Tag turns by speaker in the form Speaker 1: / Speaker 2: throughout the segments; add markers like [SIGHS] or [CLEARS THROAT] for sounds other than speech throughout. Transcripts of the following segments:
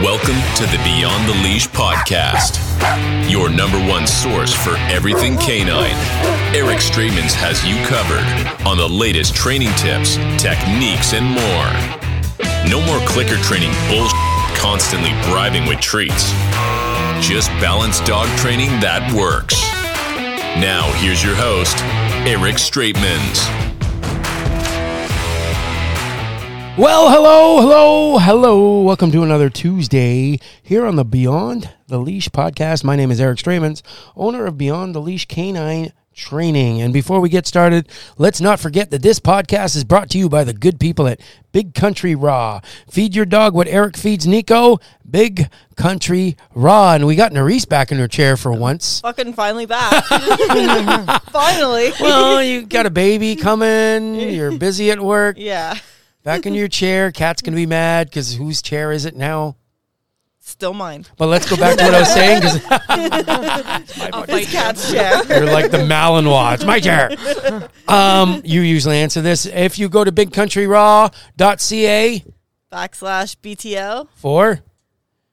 Speaker 1: Welcome to the Beyond the Leash podcast, your number one source for everything canine. Eric Stramans has you covered on the latest training tips, techniques, and more. No more clicker training bullshit, constantly bribing with treats. Just balanced dog training that works. Now, here's your host, Eric Straitmans.
Speaker 2: Well, hello, hello, hello. Welcome to another Tuesday here on the Beyond the Leash podcast. My name is Eric Stramans, owner of Beyond the Leash Canine Training. And before we get started, let's not forget that this podcast is brought to you by the good people at Big Country Raw. Feed your dog what Eric feeds Nico, Big Country Raw. And we got Nerese back in her chair for once.
Speaker 3: fucking finally back. [LAUGHS] finally.
Speaker 2: Well, you got a baby coming, you're busy at work.
Speaker 3: yeah.
Speaker 2: Back in your chair, cat's gonna be mad because whose chair is it now?
Speaker 3: Still mine.
Speaker 2: But let's go back to what I was saying because
Speaker 3: It's cat's chair.
Speaker 2: you're like the Malinois. It's my chair. Um, you usually answer this if you go to bigcountryraw.ca
Speaker 3: Backslash BTL,
Speaker 2: for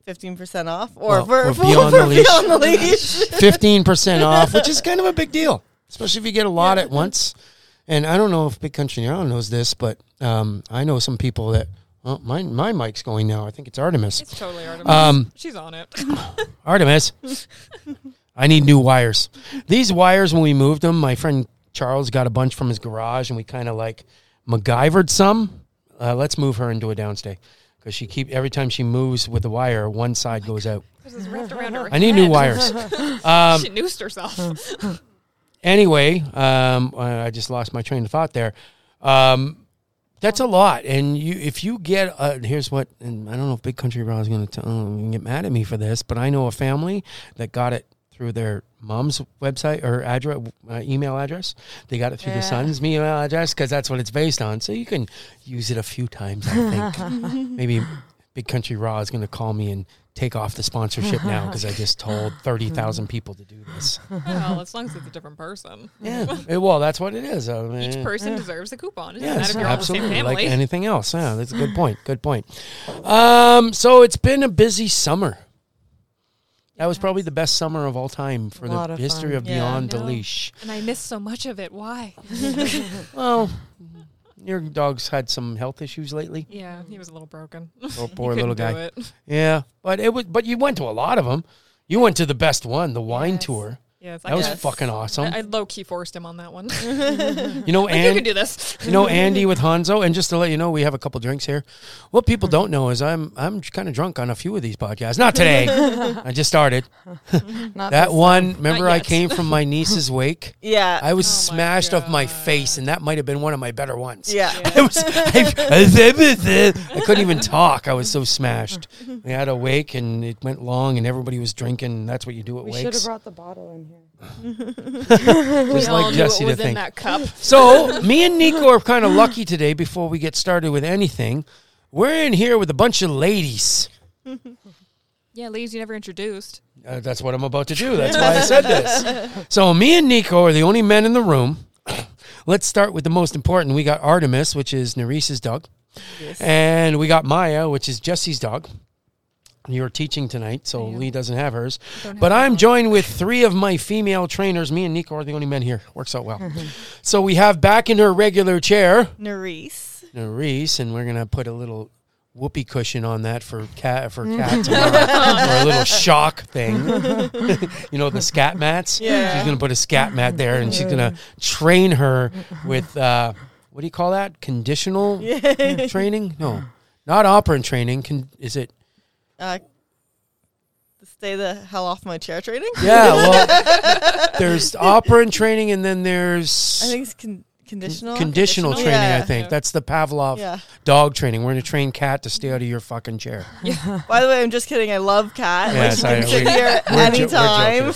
Speaker 3: 15% off. [LAUGHS] Or
Speaker 2: Well,
Speaker 3: for,
Speaker 2: we're
Speaker 3: for,
Speaker 2: beyond
Speaker 3: for
Speaker 2: the leash.
Speaker 3: beyond the leash.
Speaker 2: fifteen percent off, which is kind of a big deal, especially if you get a lot at once. And I don't know if Big Country Raw knows this, but um, I know some people that. Well, my my mic's going now. I think it's Artemis.
Speaker 4: It's totally Artemis.
Speaker 2: Um,
Speaker 4: She's on it. [LAUGHS]
Speaker 2: Artemis. I need new wires. These wires, when we moved them, my friend Charles got a bunch from his garage, and we kind of like MacGyvered some. Uh, let's move her into a downstay because she keep every time she moves with the wire, one side goes out.
Speaker 4: This is wrapped around her.
Speaker 2: I need
Speaker 4: [LAUGHS]
Speaker 2: new wires.
Speaker 4: she noosed [LAUGHS] herself.
Speaker 2: anyway, um, uh, I just lost my train of thought there. Um, that's a lot, and you if you get uh, here's what, and I don't know if Big Country Raw is going to um, get mad at me for this, but I know a family that got it through their mom's website or address, uh, email address. They got it through the son's email address because that's what it's based on. So you can use it a few times. I think maybe Big Country Raw is going to call me and take off the sponsorship now because I just told thirty thousand people to do this.
Speaker 4: well, as long as it's a different person. [LAUGHS]
Speaker 2: Yeah. Eh, well, that's what it is. I mean,
Speaker 4: Each
Speaker 2: yeah.
Speaker 4: person deserves a coupon. It doesn't matter
Speaker 2: Yes,
Speaker 4: if you're all the same
Speaker 2: absolutely.
Speaker 4: family.
Speaker 2: Like anything else. Yeah, that's a
Speaker 4: [LAUGHS]
Speaker 2: good point. Good point. Um, so it's been a busy summer. That was probably the best summer of all time for
Speaker 5: lot
Speaker 2: the
Speaker 5: of
Speaker 2: history
Speaker 5: fun.
Speaker 2: of
Speaker 3: Yeah,
Speaker 2: Beyond the
Speaker 4: no.
Speaker 2: Leash.
Speaker 4: and I missed so much of it. Why?
Speaker 2: Well, your dog's had some health issues
Speaker 4: [LAUGHS]
Speaker 2: lately.
Speaker 4: [LAUGHS] Yeah, he was a little broken. [LAUGHS]
Speaker 2: Oh, poor
Speaker 4: Couldn't
Speaker 2: little
Speaker 4: do
Speaker 2: guy.
Speaker 4: it.
Speaker 2: Yeah, but it was. But you went to a lot of them. You went to the best one, the wine
Speaker 4: Yes.
Speaker 2: tour.
Speaker 4: Yeah, it's
Speaker 2: That was
Speaker 4: yes.
Speaker 2: fucking awesome.
Speaker 4: I, I low key forced him on that one. [LAUGHS] like,
Speaker 2: you know,
Speaker 4: you
Speaker 2: and
Speaker 4: can do this.
Speaker 2: you know Andy with Hanzo, and just to let you know, we have a couple drinks here. What people don't know is I'm I'm kind of drunk on a few of these podcasts. Not
Speaker 4: [LAUGHS]
Speaker 2: today. I just started
Speaker 5: Not
Speaker 2: that
Speaker 5: this-
Speaker 2: one. Remember, I
Speaker 4: yet.
Speaker 2: came from my
Speaker 4: [LAUGHS]
Speaker 2: niece's wake.
Speaker 3: Yeah.
Speaker 2: I was
Speaker 4: Oh my
Speaker 2: smashed off my face, and that might have been one of my better ones.
Speaker 3: yeah.
Speaker 2: [LAUGHS] I, was, I, I, couldn't even talk. I was so smashed. We had a wake, and it went long, and everybody was drinking. That's what you do at
Speaker 5: We should have
Speaker 2: wakes.
Speaker 5: brought the bottle in here.
Speaker 4: [LAUGHS] We
Speaker 2: Just like
Speaker 4: all knew what
Speaker 2: Jesse to
Speaker 4: was
Speaker 2: think.
Speaker 4: in that
Speaker 2: [LAUGHS]
Speaker 4: cup.
Speaker 2: So me and Nico are kind of lucky today. Before we get started with anything, we're in here with a bunch of ladies.
Speaker 4: Yeah, ladies you never introduced.
Speaker 2: Uh, that's what I'm about to do. That's why I said this. So me and Nico are the only men in the room. [COUGHS] Let's start with the most important. We got Artemis, which is Nerese's dog, and we got Maya, which is Jesse's dog. You're teaching tonight, so Lee doesn't have hers. But I'm joined with three of my female trainers. Me and Nico are the only men here. Works out well. so we have back in her regular chair.
Speaker 3: Nerese.
Speaker 2: Nerese, and we're gonna put a little whoopee cushion on that for cat for
Speaker 3: Mm. [LAUGHS]
Speaker 2: cats or a little shock thing. [LAUGHS] you know the scat mats.
Speaker 3: Yeah.
Speaker 2: she's gonna put a scat mat there, and she's gonna train her with uh, what do you call that?
Speaker 3: [LAUGHS]
Speaker 2: Conditional training? No, not operant training. Con- is it?
Speaker 3: Uh, stay the hell off my chair training.
Speaker 2: Yeah. Well, there's operant training, and then there's
Speaker 3: I think it's con- conditional.
Speaker 2: conditional, training. I
Speaker 3: Yeah.
Speaker 2: think
Speaker 4: Yeah.
Speaker 2: that's the Pavlov
Speaker 3: Yeah.
Speaker 2: dog training. We're gonna train cat to stay out of your fucking chair.
Speaker 3: By the way, I'm just kidding. I love Cat.
Speaker 2: Yeah,
Speaker 3: like, she
Speaker 2: sorry,
Speaker 3: can sit
Speaker 2: we-
Speaker 3: here
Speaker 2: we're jo-
Speaker 3: anytime.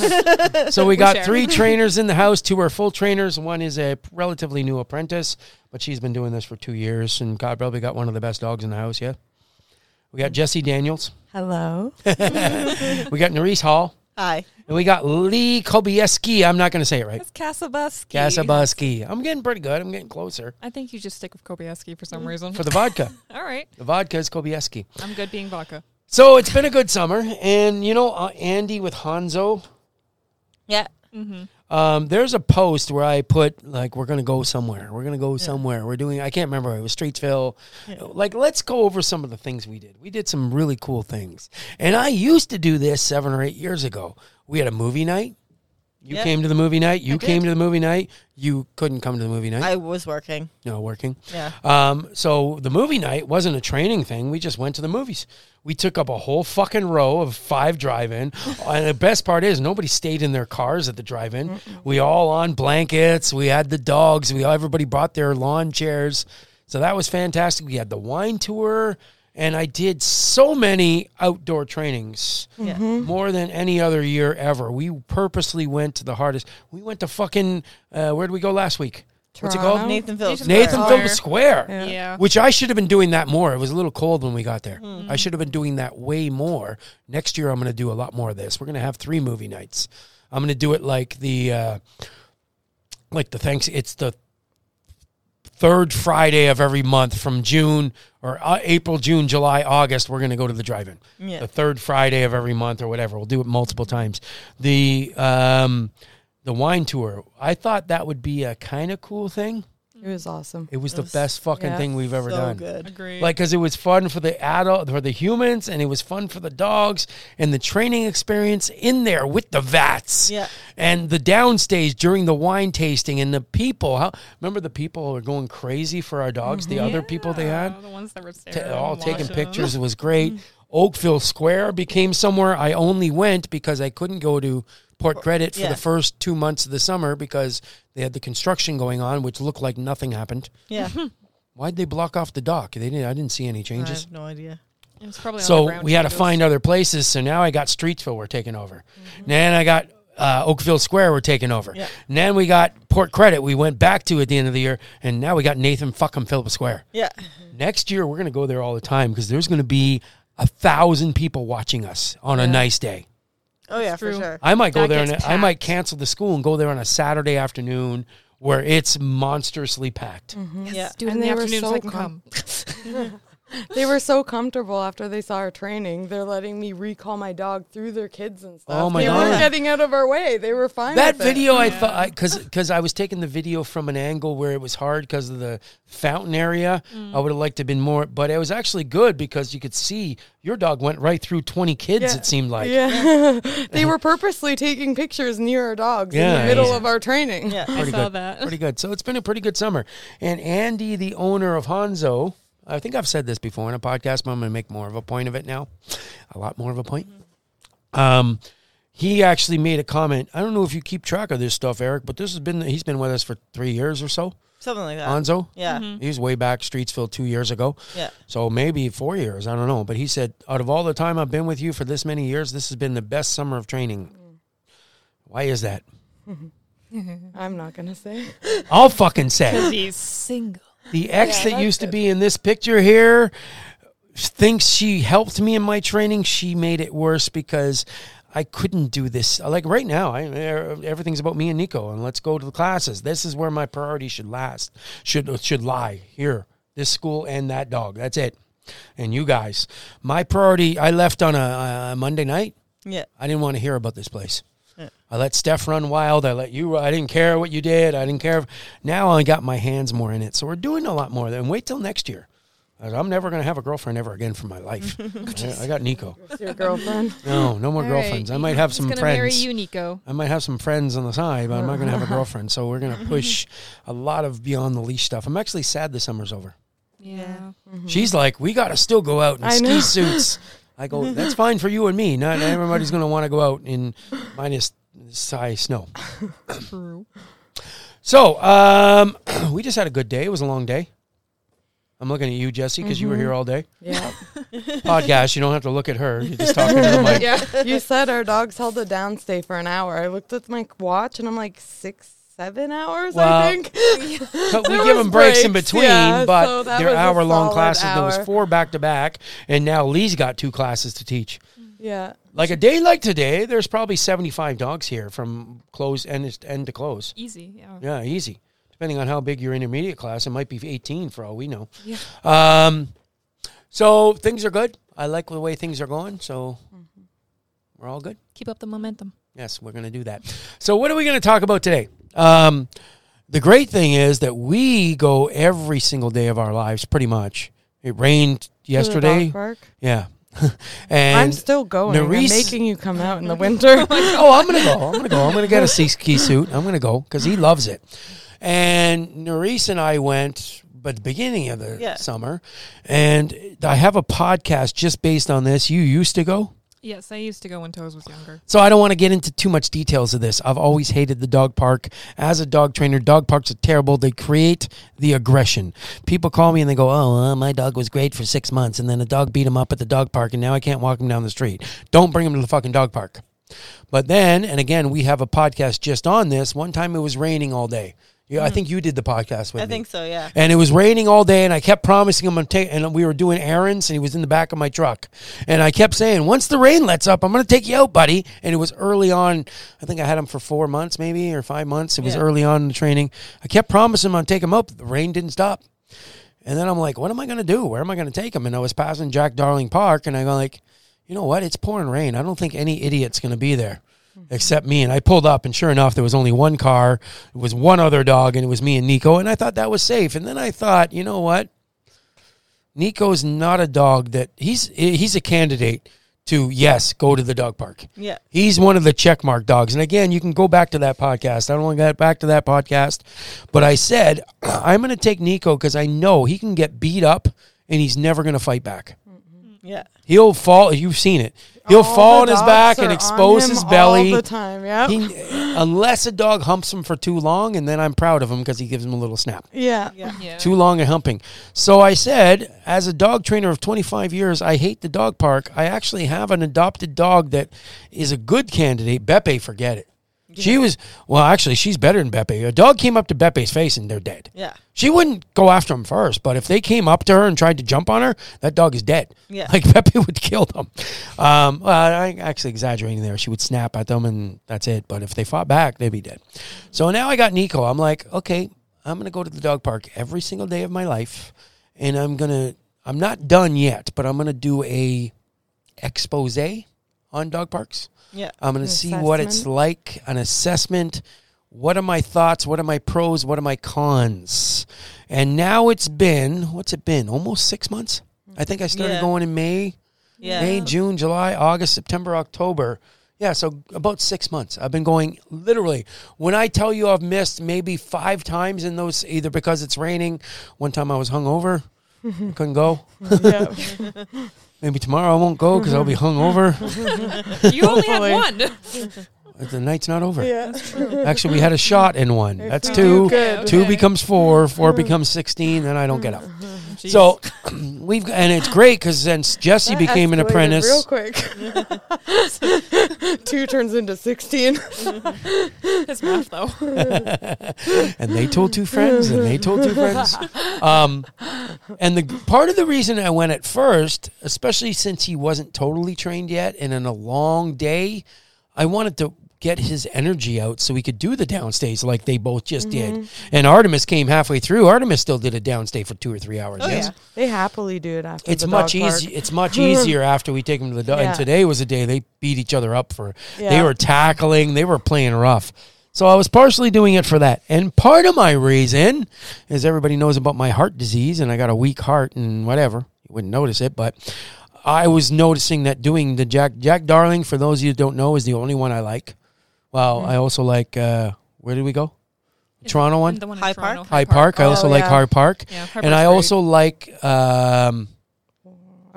Speaker 2: we're So we got
Speaker 4: share.
Speaker 2: three trainers in the house. Two are full trainers. One is a relatively new apprentice, but she's been doing this for two years, and God probably got one of the best dogs in the house. Yeah, we got Jesse Daniels, [LAUGHS]
Speaker 5: Hello.
Speaker 2: we got Nerese Hall,
Speaker 3: Hi.
Speaker 2: and we got Lee Kobieski. I'm not going to say it right.
Speaker 4: That's Kasabusky.
Speaker 2: Gasabuski. I'm getting pretty good. I'm getting closer
Speaker 4: I think you Mm. just stick with Kobieski for some reason.
Speaker 2: for the vodka.
Speaker 4: all right.
Speaker 2: The vodka is Kobieski.
Speaker 4: I'm good being vodka.
Speaker 2: So it's been a good summer, and you know uh, Andy with Hanzo.
Speaker 3: Yeah.
Speaker 2: Um, there's a post where I put like we're gonna go somewhere. We're gonna go somewhere. We're doing. I can't remember. It was Streetsville. Like let's go over some of the things we did. We did some really cool things, and I used to do this seven or eight years ago. We had a movie night. You
Speaker 3: Yeah.
Speaker 2: came to the movie night. You
Speaker 3: did.
Speaker 2: came to the movie night. You couldn't come to the movie night.
Speaker 3: I was working.
Speaker 2: no working.
Speaker 3: Yeah.
Speaker 2: Um, so the movie night wasn't a training thing. We just went to the movies. We took up a whole fucking row of five
Speaker 3: [LAUGHS]
Speaker 2: drive-in, and the best part is nobody stayed in their cars at the drive-in. We all on blankets. We had the dogs. We everybody brought their lawn chairs, so that was fantastic. We had the wine tour, and I did so many outdoor trainings
Speaker 3: Yeah.
Speaker 2: more than any other year ever. We purposely went to the hardest. We went to fucking uh, where did we go last week? What's it called?
Speaker 5: Toronto?
Speaker 3: Nathan Phillips. Oh,
Speaker 2: Nathan
Speaker 4: Square.
Speaker 2: Phillips Square.
Speaker 5: Yeah.
Speaker 4: Yeah.
Speaker 2: Which I should have been doing that more. It was a little cold when we got there. I should have been doing that way more. Next year, I'm going to do a lot more of this. We're going to have three movie nights. I'm going to do it like the, uh, like the thanks. It's the third Friday of every month from June or uh, April, June, July, August. We're going to go to the drive-in.
Speaker 3: Yeah.
Speaker 2: The third Friday of every month or whatever. We'll do it multiple times. The um, the wine tour. I thought that would be a kind of cool thing.
Speaker 5: It was awesome.
Speaker 2: It was the
Speaker 3: was-
Speaker 2: best fucking
Speaker 5: yeah,
Speaker 2: thing we've ever
Speaker 3: so
Speaker 2: done.
Speaker 3: good.
Speaker 4: Agreed.
Speaker 2: Like, because it was fun for the adult, for the humans, and it was fun for the dogs, and the training experience in there with the vats,
Speaker 3: Yeah.
Speaker 2: and the downstage during the wine tasting, and the people. How, remember the people were going crazy for our dogs. The other people they had,
Speaker 4: Yeah, the ones that were
Speaker 2: t-
Speaker 4: there
Speaker 2: all
Speaker 4: and
Speaker 2: taking
Speaker 4: watching.
Speaker 2: pictures. It was great. Oakville Square became somewhere I only went because I couldn't go to Port Credit for
Speaker 3: yeah.
Speaker 2: the first two months of the summer because they had the construction going on, which looked like nothing happened.
Speaker 3: Yeah.
Speaker 2: Why'd they block off the dock? They didn't. I didn't see any
Speaker 3: I
Speaker 2: changes.
Speaker 3: have no idea.
Speaker 4: It was probably on the
Speaker 2: So
Speaker 4: ground
Speaker 2: we had to
Speaker 4: photos.
Speaker 2: find other places. So now I got Streetsville. We're taking over.
Speaker 4: Mm-hmm.
Speaker 2: Then I got uh, Oakville Square. We're taking over.
Speaker 3: Yeah.
Speaker 2: And then we got Port Credit. We went back to at the end of the year, and now we got Nathan fucking Phillips Square.
Speaker 3: Yeah.
Speaker 4: Mm-hmm.
Speaker 2: Next year we're gonna go there all the time because there's gonna be a thousand people watching us on a nice day.
Speaker 3: Oh yeah, for
Speaker 4: true.
Speaker 3: sure.
Speaker 2: I might go
Speaker 4: That
Speaker 2: there and
Speaker 4: gets
Speaker 2: I might
Speaker 4: packed.
Speaker 2: cancel the school and go there on a Saturday afternoon where it's monstrously packed.
Speaker 3: Yeah.
Speaker 4: Do it in
Speaker 5: And
Speaker 4: the
Speaker 5: they were
Speaker 4: afternoon so
Speaker 5: so
Speaker 4: I can come.
Speaker 5: They were so comfortable after they saw our training. They're letting me recall my dog through their kids and stuff.
Speaker 2: Oh my
Speaker 5: they
Speaker 2: God.
Speaker 5: were getting out of our way. They were fine.
Speaker 2: That
Speaker 5: with it.
Speaker 2: video, I thought, because because I was taking the video from an angle where it was hard because of the fountain area. I would have liked to have been more, but it was actually good because you could see your dog went right through twenty kids.
Speaker 5: Yeah.
Speaker 2: It seemed like
Speaker 5: Yeah. [LAUGHS] they were purposely taking pictures near our dogs in
Speaker 2: Yeah.
Speaker 5: the middle
Speaker 2: Yeah.
Speaker 5: of our training.
Speaker 3: Yeah.
Speaker 4: I saw
Speaker 2: good.
Speaker 4: that.
Speaker 2: pretty good. So it's been a pretty good summer. And Andy, the owner of Hanzo, I think I've said this before in a podcast, but I'm going to make more of a point of it now, a lot more of a point. Um, he actually made a comment. I don't know if you keep track of this stuff, Eric, but this has been he's been with us for three years or so.
Speaker 3: Something like that.
Speaker 2: Hanzo,
Speaker 3: yeah.
Speaker 2: He was way back Streetsville two years ago.
Speaker 3: Yeah.
Speaker 2: So maybe four years. I don't know. But he said, out of all the time I've been with you for this many years, this has been the best summer of training. Why is that?
Speaker 5: I'm not going to say.
Speaker 2: I'll fucking say.
Speaker 4: He's single.
Speaker 2: The ex that used to be in this picture here thinks she helped me in my training. She made it worse because I couldn't do this. Like right now, I, er, everything's about me and Nico, and let's go to the classes. This is where my priority should last should should lie here. This school and that dog. That's it. And you guys, my priority. I left on a, a Monday night.
Speaker 3: Yeah.
Speaker 2: I didn't want to hear about this place. I let Steph run wild. I let you. I didn't care what you did. I didn't care. if- Now I got my hands more in it. So we're doing a lot more. Then wait till next year. 'Cause I'm never going to have a girlfriend ever again for my
Speaker 4: [LAUGHS]
Speaker 2: life. I, I got Nico.
Speaker 5: It's your girlfriend.
Speaker 2: No, no more girlfriends. I might have some
Speaker 4: gonna
Speaker 2: friends.
Speaker 4: marry you, Nico.
Speaker 2: I might have some friends on the side, but I'm not going
Speaker 4: [LAUGHS]
Speaker 2: to have a girlfriend. So we're going to push a lot of beyond the leash stuff. I'm actually sad the summer's over.
Speaker 4: Yeah.
Speaker 2: She's like, we got to still go out in
Speaker 5: I
Speaker 2: ski
Speaker 5: know. [LAUGHS]
Speaker 2: suits. I go, that's fine for you and me. Not everybody's going to want to go out in minus high
Speaker 5: [COUGHS]
Speaker 2: snow.
Speaker 4: True.
Speaker 2: So um, [CLEARS THROAT] we just had a good day. It was a long day. I'm looking at you, Jesse, because you were
Speaker 5: Mm-hmm.
Speaker 2: here all
Speaker 5: [LAUGHS]
Speaker 2: day.
Speaker 5: [LAUGHS] Yeah.
Speaker 2: Podcast. You don't have to look at her. You're just talking to the mic.
Speaker 5: [LAUGHS]
Speaker 4: Yeah.
Speaker 5: you said our dogs held a downstay for an hour. I looked at my watch and I'm like, six, seven hours,
Speaker 2: Well,
Speaker 5: I think.
Speaker 2: But we
Speaker 5: There
Speaker 2: give
Speaker 5: was
Speaker 2: them breaks, in
Speaker 5: breaks,
Speaker 2: between,
Speaker 5: yeah,
Speaker 2: but
Speaker 5: so that
Speaker 2: they're
Speaker 5: was a
Speaker 2: hour long
Speaker 5: solid
Speaker 2: classes. There was
Speaker 5: hour.
Speaker 2: four back to back, and now Lee's got two classes to teach.
Speaker 5: yeah.
Speaker 2: Like a day like today, there's probably 75 dogs here from close end, end to close.
Speaker 4: Easy. Yeah.
Speaker 2: Yeah, easy. Depending on how big your intermediate class, it might be 18 for all we know.
Speaker 4: Yeah.
Speaker 2: Um, so things are good. I like the way things are going, so we're all good.
Speaker 4: Keep up the momentum.
Speaker 2: Yes, we're going to do that. So, what are we going to talk about today? Um, the great thing is that we go every single day of our lives, pretty much. It rained
Speaker 5: To the dog
Speaker 2: yesterday.
Speaker 5: park.
Speaker 2: Yeah. [LAUGHS]
Speaker 5: I'm
Speaker 2: and
Speaker 5: still going. I'm
Speaker 2: Nerys-
Speaker 5: making you come out in the winter.
Speaker 2: oh, I'm gonna go. I'm gonna go. I'm gonna get a sea ski suit. I'm gonna go because he loves it. And Nerys and I went, but the beginning of the
Speaker 3: Yeah.
Speaker 2: summer, and I have a podcast just based on this. You used to go,
Speaker 4: Yes, I used to go when Toes was younger.
Speaker 2: so I don't want to get into too much details of this. I've always hated the dog park. As a dog trainer, dog parks are terrible. They create the aggression. People call me and they go, "Oh, uh, my dog was great for six months, and then a dog beat him up at the dog park, and now I can't walk him down the street." Don't bring him to the fucking dog park. But then, and again, we have a podcast just on this. One time it was raining all day. Yeah, I think you did the podcast with
Speaker 3: Mm-hmm. I
Speaker 2: me.
Speaker 3: think so. Yeah.
Speaker 2: And it was raining all day, and I kept promising him I'm ta- and we were doing errands, and he was in the back of my truck, and I kept saying, "Once the rain lets up, I'm going to take you out, buddy." And it was early on. I think I had him for four months, maybe or five months. It was
Speaker 3: Yeah.
Speaker 2: early on in the training. I kept promising him I'd take him out. But the rain didn't stop, and then I'm like, "What am I going to do? Where am I going to take him?" And I was passing Jack Darling Park, and I go like, "You know what? It's pouring rain. I don't think any idiot's going to be there." Except me, and I pulled up, and sure enough, there was only one car. It was one other dog, and it was me and Nico, and I thought that was safe. And then I thought, you know what? Nico's not a dog that he's he's a candidate to yes go to the dog park.
Speaker 3: Yeah.
Speaker 2: He's one of the checkmark dogs. And again, you can go back to that podcast. I don't want to get back to that podcast, but I said [CLEARS THROAT] I'm going to take Nico because I know he can get beat up and he's never going to fight back.
Speaker 3: Yeah.
Speaker 2: He'll fall. You've seen it. He'll
Speaker 5: All
Speaker 2: fall on
Speaker 5: the
Speaker 2: his
Speaker 5: dogs
Speaker 2: back
Speaker 5: are
Speaker 2: and
Speaker 5: on
Speaker 2: expose
Speaker 5: him
Speaker 2: his belly.
Speaker 5: all the time. Yeah,
Speaker 2: He- unless a dog humps him for too long, and then I'm proud of him because he gives him a little snap.
Speaker 5: yeah.
Speaker 3: Yeah.
Speaker 4: Yeah.
Speaker 2: Too long a humping. So I said, as a dog trainer of 25 years, I hate the dog park. I actually have an adopted dog that is a good candidate. Beppe, forget it. She was, well, actually, she's better than Beppe. A dog came up to Beppe's face and they're dead.
Speaker 3: Yeah.
Speaker 2: She wouldn't go after him first, but if they came up to her and tried to jump on her, that dog is dead.
Speaker 3: Yeah.
Speaker 2: Like [LAUGHS] Pepe would kill them. Um, well, I'm actually exaggerating there. She would snap at them and that's it. But if they fought back, they'd be dead. So now I got Nico. I'm like, okay, I'm going to go to the dog park every single day of my life. And I'm going to, I'm not done yet, but I'm going to do a expose on dog parks.
Speaker 3: Yeah.
Speaker 2: I'm going to
Speaker 5: An
Speaker 2: see what it's
Speaker 5: assessment?
Speaker 2: like, an assessment. What are my thoughts? What are my pros? What are my cons? And now it's been, what's it been? Almost six months? I think I started
Speaker 3: Yeah.
Speaker 2: going in May,
Speaker 3: Yeah.
Speaker 2: May, June, July, August, September, October. Yeah, so about six months. I've been going literally. When I tell you I've missed maybe five times in those, either because it's raining, one time I was hungover, I couldn't go.
Speaker 5: [LAUGHS] yeah.
Speaker 2: Maybe tomorrow I won't go because I'll be
Speaker 5: Mm-hmm.
Speaker 2: hungover.
Speaker 4: [LAUGHS] you only had one.
Speaker 2: the night's not over.
Speaker 5: Yeah.
Speaker 2: Actually, we had a shot in one.
Speaker 5: If
Speaker 2: That's [LAUGHS]
Speaker 5: we
Speaker 2: two.
Speaker 5: do good. Mm-hmm.
Speaker 2: Two
Speaker 4: Okay. [LAUGHS]
Speaker 2: becomes four. Four becomes sixteen. Then I don't get up. So [CLEARS THROAT] we've and it's great because since Jesse
Speaker 5: That
Speaker 2: became an
Speaker 5: escalated
Speaker 2: apprentice,
Speaker 5: Real quick. [LAUGHS] Two turns into 16.
Speaker 4: It's math though.
Speaker 2: and they told two friends, and they told two friends. Um, and the part of the reason I went at first, especially since he wasn't totally trained yet, and in a long day, I wanted to get his energy out so he could do the downstays like they both just did. And Artemis came halfway through. Artemis still did a downstay for two or three hours.
Speaker 3: Oh,
Speaker 2: yes.
Speaker 3: yeah.
Speaker 5: They happily do it after
Speaker 2: It's
Speaker 5: the
Speaker 2: much
Speaker 5: dog park.
Speaker 2: easier.
Speaker 5: [LAUGHS]
Speaker 2: It's much easier after we take them to the dog.
Speaker 5: Yeah.
Speaker 2: And today was a day they beat each other up for. They
Speaker 5: Yeah.
Speaker 2: were tackling. They were playing rough. So I was partially doing it for that, and part of my reason is everybody knows about my heart disease, and I got a weak heart and whatever. You wouldn't notice it, but I was noticing that doing the Jack Jack Darling. For those of you who don't know, is the only one I like. Well, I also like. Uh, where did we go? Toronto [LAUGHS] one,
Speaker 4: The one in
Speaker 3: Hyde
Speaker 4: Toronto,
Speaker 3: Park?
Speaker 2: High Park. I
Speaker 5: Oh,
Speaker 2: also like
Speaker 5: yeah.
Speaker 2: High Park,
Speaker 4: Yeah, Hyde
Speaker 2: and
Speaker 4: Park's
Speaker 2: I
Speaker 4: great.
Speaker 2: also like. Um,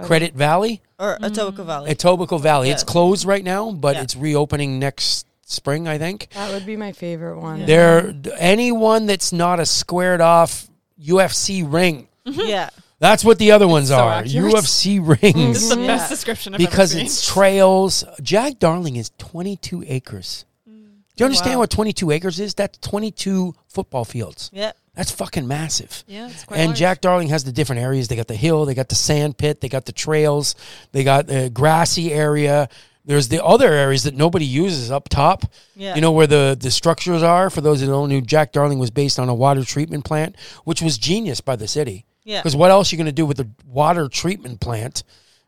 Speaker 2: Credit Valley,
Speaker 3: Or Etobicoke Valley.
Speaker 2: Etobicoke Valley. It's
Speaker 3: Yeah.
Speaker 2: closed right now, but
Speaker 3: Yeah.
Speaker 2: it's reopening next spring, I think.
Speaker 5: That would be my favorite one.
Speaker 2: There, anyone that's not a squared off UFC ring.
Speaker 3: yeah.
Speaker 2: That's what the other ones
Speaker 4: so
Speaker 2: are.
Speaker 4: accurate. [LAUGHS]
Speaker 2: UFC rings. [LAUGHS]
Speaker 4: This is the
Speaker 3: Yeah.
Speaker 4: best description I've
Speaker 2: because
Speaker 4: ever seen.
Speaker 2: it's trails. Jack Darling is 22 acres. Do you
Speaker 4: Mm.
Speaker 2: understand
Speaker 3: Wow.
Speaker 2: what 22 acres is? That's 22 football fields.
Speaker 3: Yeah.
Speaker 2: That's fucking massive.
Speaker 4: yeah, it's quite
Speaker 2: And
Speaker 4: large.
Speaker 2: Jack Darling has the different areas. They got the hill, they got the sand pit, they got the trails, they got the grassy area. There's the other areas that nobody uses up top.
Speaker 3: Yeah.
Speaker 2: You know where the, the structures are. For those who don't know, Jack Darling was based on a water treatment plant, which was genius by the city.
Speaker 3: Yeah.
Speaker 2: Because what else are you going to do with a water treatment plant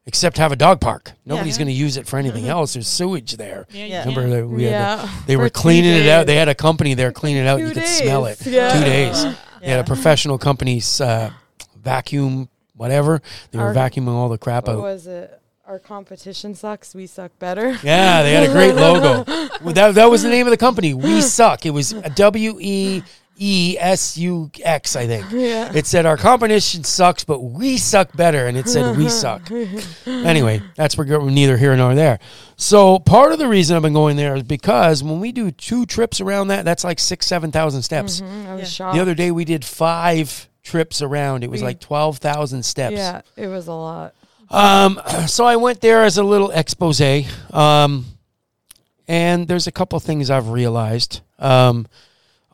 Speaker 2: except have a dog park. Nobody's
Speaker 4: Yeah.
Speaker 2: going to use it for
Speaker 5: [LAUGHS]
Speaker 2: anything else. There's sewage there.
Speaker 4: Yeah, you
Speaker 3: Yeah.
Speaker 4: can.
Speaker 2: Remember that we had the-
Speaker 5: Yeah.
Speaker 2: they were
Speaker 5: For two
Speaker 2: cleaning it out.
Speaker 5: days.
Speaker 2: They had a company there cleaning it out. You
Speaker 5: Two
Speaker 2: could smell it.
Speaker 5: days. Yeah.
Speaker 2: Two days. They had
Speaker 3: Yeah.
Speaker 2: a professional company's uh, vacuum, whatever. They were
Speaker 5: Our-
Speaker 2: vacuuming all the crap
Speaker 5: What
Speaker 2: out.
Speaker 5: was it? Our competition sucks. We suck better.
Speaker 2: Yeah, they had a great logo. Well, that, that was the name of the company. We suck. It was W E E S U X, I think.
Speaker 5: [LAUGHS] Yeah.
Speaker 2: It said our competition sucks, but we suck better, and it said we
Speaker 5: [LAUGHS]
Speaker 2: suck. anyway, that's where we're neither here nor there. So part of the reason I've been going there is because when we do two trips around that, that's like six, seven thousand steps.
Speaker 5: Mm, I was
Speaker 3: Yeah.
Speaker 5: shocked.
Speaker 2: The other day we did five trips around. It was
Speaker 5: We-
Speaker 2: like twelve thousand steps.
Speaker 5: yeah, it was a lot.
Speaker 2: Um, [CLEARS THROAT] so I went there as a little expose. Um, and there's a couple things I've realized. Um,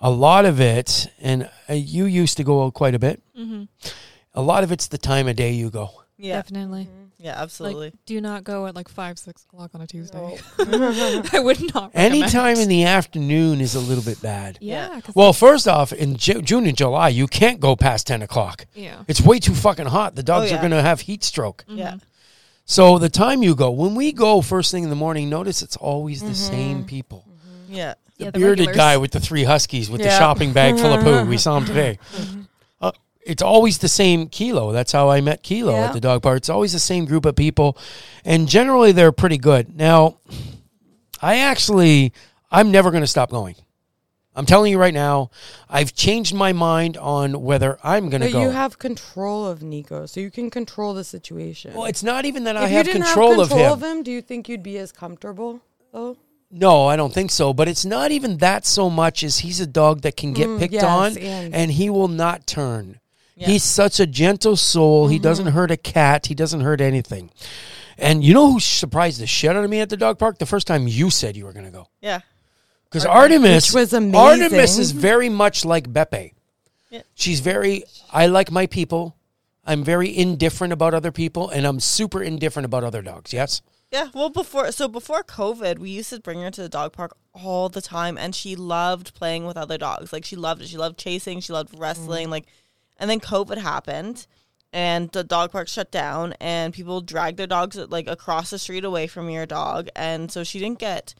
Speaker 2: a lot of it, and uh, you used to go out quite a bit.
Speaker 4: Mhm.
Speaker 2: A lot of it's the time of day you go.
Speaker 3: Yeah.
Speaker 4: Definitely.
Speaker 3: Yeah, absolutely.
Speaker 4: Like, do not go at like five, six o'clock on a Tuesday.
Speaker 5: No.
Speaker 2: [LAUGHS]
Speaker 4: I would not.
Speaker 2: Any
Speaker 4: recommend.
Speaker 2: time in the afternoon is a little bit bad.
Speaker 4: yeah. 'cause-
Speaker 2: Well, first off, in Ju- June and July, you can't go past 10 o'clock. [LAUGHS]
Speaker 4: yeah. [LAUGHS]
Speaker 2: It's way too fucking hot. The dogs
Speaker 3: yeah.
Speaker 2: are going to have heat stroke.
Speaker 3: yeah.
Speaker 2: So the time you go, when we go first thing in the morning, notice it's always
Speaker 5: Mm-hmm.
Speaker 2: the same people.
Speaker 3: Yeah.
Speaker 2: the
Speaker 4: Yeah, the
Speaker 2: bearded
Speaker 4: regulars.
Speaker 2: guy with the three huskies with the
Speaker 5: Yeah. Mm-hmm.
Speaker 2: shopping bag full of poo.
Speaker 5: [LAUGHS]
Speaker 2: We saw him today. Uh, it's always the same kilo. That's how I met Kilo
Speaker 5: Yeah.
Speaker 2: at the dog park. It's always the same group of people, and generally they're pretty good. Now, I actually, I'm never going to stop going. I'm telling you right now, I've changed my mind on whether I'm going to
Speaker 5: But
Speaker 2: go.
Speaker 5: you have control of Nico, so you can control the situation.
Speaker 2: well, it's not even that I
Speaker 5: if you
Speaker 2: have
Speaker 5: didn't
Speaker 2: control,
Speaker 5: have control
Speaker 2: of him.
Speaker 5: do you think you'd be as comfortable though?
Speaker 2: No, I don't think so. But it's not even that so much as he's a dog that can get
Speaker 5: Mm,
Speaker 2: picked
Speaker 5: yes,
Speaker 2: on and,
Speaker 5: and-
Speaker 2: he will not turn.
Speaker 3: Yeah.
Speaker 2: He's such a gentle soul. He doesn't hurt a cat. He doesn't hurt anything. And you know who surprised the shit out of me at the dog park? The first time you said you were going to go.
Speaker 3: Yeah.
Speaker 2: Because Artemis
Speaker 5: Which was amazing.
Speaker 2: Artemis is very much like Beppe.
Speaker 3: Yeah.
Speaker 2: She's very I like my people. I'm very indifferent about other people and I'm super indifferent about other dogs. Yes?
Speaker 3: Yeah. Well, before so before COVID, we used to bring her to the dog park all the time, and she loved playing with other dogs. Like she loved it. She loved chasing. She loved
Speaker 2: Mm.
Speaker 3: wrestling. Like, and then COVID happened, and the dog park shut down, and people dragged their dogs like across the street away from your dog, and so she didn't get.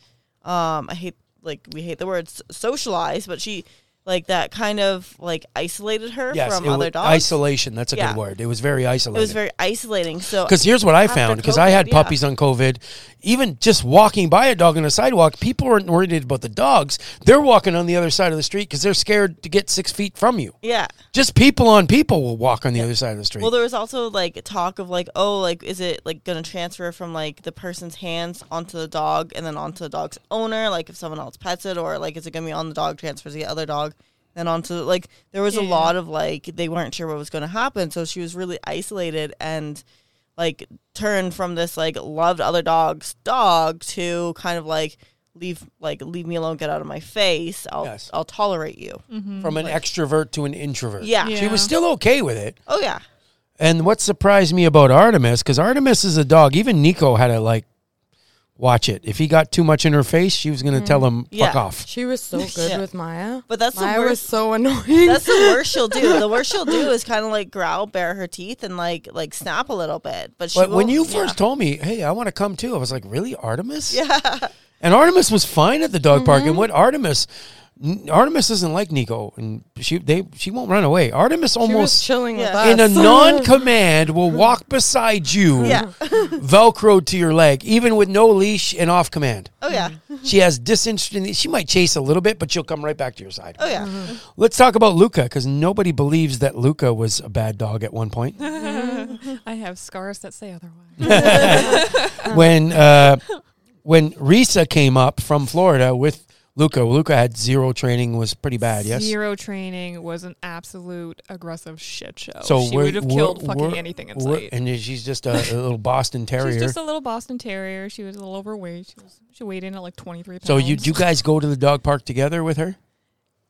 Speaker 3: Um, I hate like we hate the words socialized, but she like that kind of like isolated her
Speaker 2: Yes.
Speaker 3: from
Speaker 2: it
Speaker 3: other
Speaker 2: wa-
Speaker 3: dogs.
Speaker 2: Isolation, that's a
Speaker 3: Yeah.
Speaker 2: good word. It was very
Speaker 3: it
Speaker 2: isolated.
Speaker 3: was very isolating. So
Speaker 2: Because here's what I
Speaker 3: After
Speaker 2: found. Because I
Speaker 3: COVID,
Speaker 2: had
Speaker 3: yeah.
Speaker 2: puppies on COVID. Even just walking by a dog on a sidewalk, people aren't worried about the dogs. They're walking on the other side of the street because they're scared to get six feet from you.
Speaker 3: yeah.
Speaker 2: Just people on people will walk on the other side of the street.
Speaker 3: Well, there was also like talk of like, oh, like is it like going to transfer from like the person's hands onto the dog and then onto the dog's owner? Like if someone else pets it, or like is it going to be on the dog transfers to the other dog, then onto like there was a
Speaker 4: Yeah.
Speaker 3: lot of like they weren't sure what was going to happen, so she was really isolated and like turned from this like loved other dogs dog to kind of like leave like leave me alone, get out of my face, I'll
Speaker 2: Yes.
Speaker 3: I'll tolerate you.
Speaker 2: From an extrovert to an introvert.
Speaker 3: Mm. Yeah.
Speaker 2: She was still okay with it.
Speaker 3: Oh yeah.
Speaker 2: And what surprised me about Artemis, because Artemis is a dog, even Nico had to like watch it. If he got too much in her face, she was going to tell him, fuck
Speaker 3: Mm. Yeah.
Speaker 2: off.
Speaker 5: She
Speaker 3: [LAUGHS]
Speaker 5: was so good
Speaker 3: Yeah.
Speaker 5: with Maya.
Speaker 3: But that's the
Speaker 5: Maya was
Speaker 3: worst-
Speaker 5: so annoying. [LAUGHS]
Speaker 3: That's the worst she'll do. The worst she'll do is kind of like growl, bare her teeth, and like like snap a little bit. But she
Speaker 2: But when
Speaker 3: won't-
Speaker 2: you
Speaker 3: yeah. Oh,
Speaker 2: first told me, hey, I want to come too, I was like, really, Artemis?
Speaker 3: yeah, Mm-hmm.
Speaker 2: And Artemis was fine at the dog park. And what Artemis, N- Artemis isn't like Nico, and she they she won't run away. Artemis
Speaker 5: she was
Speaker 2: almost
Speaker 5: chilling
Speaker 3: Yeah.
Speaker 5: with
Speaker 2: in a
Speaker 5: us.
Speaker 2: non-command will walk beside you,
Speaker 3: [LAUGHS] Yeah.
Speaker 2: velcroed to your leg, even with no leash and off command.
Speaker 3: oh yeah,
Speaker 2: She has disinterest. In, she might chase a little bit, but she'll come right back to your side.
Speaker 3: oh yeah,
Speaker 2: Let's talk about Luca because nobody believes that Luca was a bad dog at one point.
Speaker 4: I have scars that say otherwise. Uh-huh.
Speaker 2: when uh, when Risa came up from Florida with Luca, Luca had zero training, was pretty bad. Yes.
Speaker 4: Zero training was an absolute aggressive shit show.
Speaker 2: So
Speaker 4: she
Speaker 2: we're-
Speaker 4: would have
Speaker 2: we're-
Speaker 4: killed fucking
Speaker 2: we're-
Speaker 4: anything in
Speaker 2: we're-
Speaker 4: sight.
Speaker 2: And then she's just a, a little Boston Terrier.
Speaker 4: She's just a little Boston Terrier. She was a little overweight. She was she weighed in at like twenty three pounds.
Speaker 2: so you you guys go to the dog park together with her?